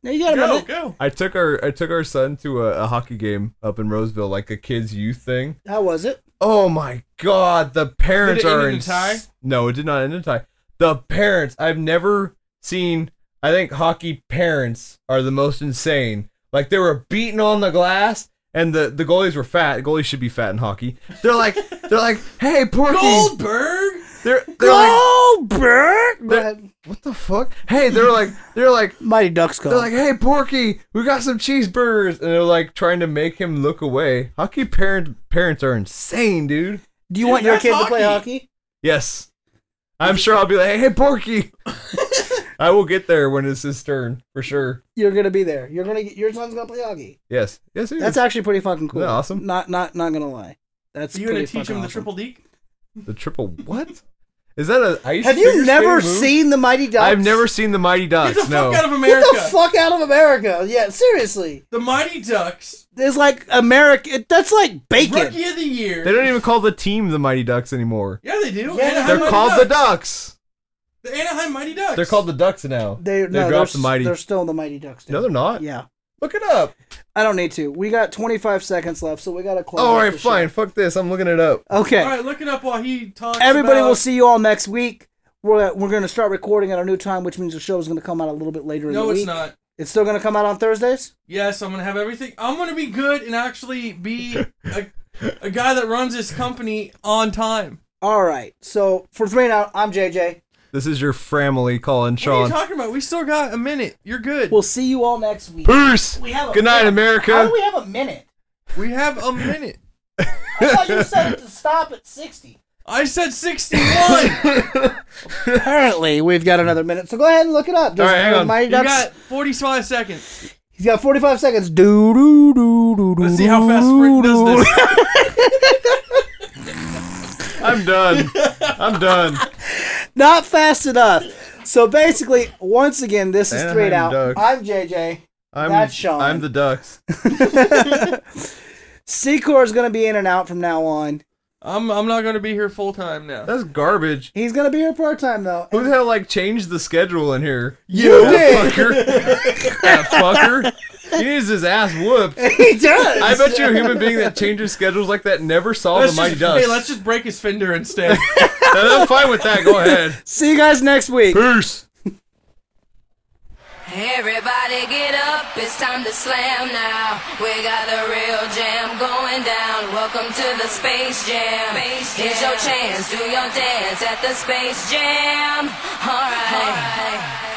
Speaker 1: Now you got a
Speaker 3: Go,
Speaker 1: minute.
Speaker 3: go.
Speaker 2: I took our I took our son to a, a hockey game up in Roseville, like a kids youth thing.
Speaker 1: How was it?
Speaker 2: Oh my god, the parents
Speaker 3: Did it
Speaker 2: are
Speaker 3: end in
Speaker 2: in
Speaker 3: a tie?
Speaker 2: No, it did not end in a tie. The parents, I've never seen. I think hockey parents are the most insane. Like they were beating on the glass, and the the goalies were fat. Goalies should be fat in hockey. They're like they're like, hey Porky,
Speaker 3: Goldberg.
Speaker 2: they're they're like,
Speaker 1: Goldberg. Go ahead.
Speaker 2: what the fuck? Hey, they're like they're like
Speaker 1: Mighty Ducks go.
Speaker 2: they're like, hey Porky, we got some cheeseburgers, and they're like trying to make him look away. Hockey parent parents are insane, dude.
Speaker 1: Do you
Speaker 3: Dude,
Speaker 1: want your
Speaker 3: that's
Speaker 1: kid to play
Speaker 3: hockey.
Speaker 1: hockey?
Speaker 2: Yes. I'm sure I'll be like, hey, Porky. I will get there when it's his turn for sure.
Speaker 1: You're gonna be there. You're gonna get, your son's gonna play hockey.
Speaker 2: Yes, yes, he
Speaker 1: That's
Speaker 2: is.
Speaker 1: actually pretty fucking cool.
Speaker 2: Isn't that awesome?
Speaker 1: Not not not gonna lie. That's
Speaker 3: Are you gonna
Speaker 1: pretty
Speaker 3: teach
Speaker 1: fucking
Speaker 3: him the
Speaker 1: awesome.
Speaker 3: triple deke?
Speaker 2: the triple. What is that? An ice?
Speaker 1: Have
Speaker 2: figure
Speaker 1: you
Speaker 2: skating
Speaker 1: never
Speaker 2: move?
Speaker 1: seen the Mighty Ducks?
Speaker 2: I've never seen the Mighty Ducks.
Speaker 3: Get the
Speaker 2: no.
Speaker 3: fuck out of America!
Speaker 1: Get the fuck out of America! Yeah, seriously.
Speaker 3: The Mighty Ducks,
Speaker 1: There's like America. That's like bacon.
Speaker 3: Rookie of the Year.
Speaker 2: they don't even call the team the Mighty Ducks anymore.
Speaker 3: yeah, they do.
Speaker 1: Yeah.
Speaker 3: Anaheim
Speaker 2: They're
Speaker 3: Mighty
Speaker 2: called the
Speaker 3: Ducks.
Speaker 2: Ducks.
Speaker 3: The Anaheim Mighty Ducks.
Speaker 2: They're called the Ducks now.
Speaker 1: They,
Speaker 2: they
Speaker 1: no,
Speaker 2: dropped
Speaker 1: they're,
Speaker 2: the Mighty.
Speaker 1: They're still the Mighty Ducks. Dude.
Speaker 2: No, they're
Speaker 3: Uh,
Speaker 2: not.
Speaker 1: Yeah,
Speaker 2: Look it up.
Speaker 1: I don't need to. We got 25 seconds left, so we gotta close. out
Speaker 2: All right,
Speaker 1: the
Speaker 2: fine.
Speaker 1: show.
Speaker 2: Fuck this. I'm looking it up.
Speaker 1: Okay.
Speaker 3: All right, look it up while he talks.
Speaker 1: Everybody
Speaker 3: about-
Speaker 1: will see you all next week. We're we're gonna start recording at our new time, which means the show is gonna come out a little bit later in the
Speaker 3: No,
Speaker 1: week.
Speaker 3: it's not.
Speaker 1: It's still gonna come out on Thursdays.
Speaker 3: Yes, I'm gonna have everything. I'm gonna be good and actually be a, a guy that runs his company on time.
Speaker 1: All right. So for three now, I'm JJ.
Speaker 2: This is your family calling
Speaker 3: What are you
Speaker 2: Sean.
Speaker 3: talking about? We still got a minute. You're good.
Speaker 1: We'll see you all next week.
Speaker 2: Peace.
Speaker 1: We have a
Speaker 2: Good night,
Speaker 1: minute. How
Speaker 2: America.
Speaker 1: do we have a minute?
Speaker 3: we have a minute.
Speaker 1: I thought you said it to stop at 60.
Speaker 3: I said 61.
Speaker 1: Apparently, we've got another minute. So go ahead and look it up. Just
Speaker 2: All right, hang on.
Speaker 1: Mighty
Speaker 3: you
Speaker 1: Ducks-
Speaker 3: got 45 seconds.
Speaker 1: He's got 45 seconds. Do, do, do, do, do,
Speaker 3: Let's see how fast Sprint does
Speaker 1: do, do.
Speaker 3: this.
Speaker 2: I'm done. I'm done.
Speaker 1: Not fast enough. So basically, once again, this is
Speaker 2: Anaheim
Speaker 1: three and out.
Speaker 2: Ducks.
Speaker 1: I'm JJ.
Speaker 2: I'm,
Speaker 1: That's Sean.
Speaker 2: I'm the Ducks.
Speaker 1: Secor is going to be in and out from now on.
Speaker 3: I'm, I'm not going to be here full time now.
Speaker 2: That's garbage.
Speaker 1: He's going to be here part time, though.
Speaker 2: Who the hell like changed the schedule in here?
Speaker 1: You
Speaker 2: That
Speaker 1: did.
Speaker 2: fucker. that fucker. He needs his ass whooped.
Speaker 1: he does.
Speaker 2: I bet you a human being that changes schedules like that never saw
Speaker 3: Let's
Speaker 2: the Mighty
Speaker 3: just,
Speaker 2: Ducks.
Speaker 3: hey, let's just break his fender instead.
Speaker 2: I'm fine with that. Go ahead.
Speaker 1: See you guys next week.
Speaker 2: Peace.
Speaker 4: Everybody get up, it's time to slam now. We got a real jam going down. Welcome to the Space Jam. Here's your chance, do your dance at the Space Jam. All right. All right.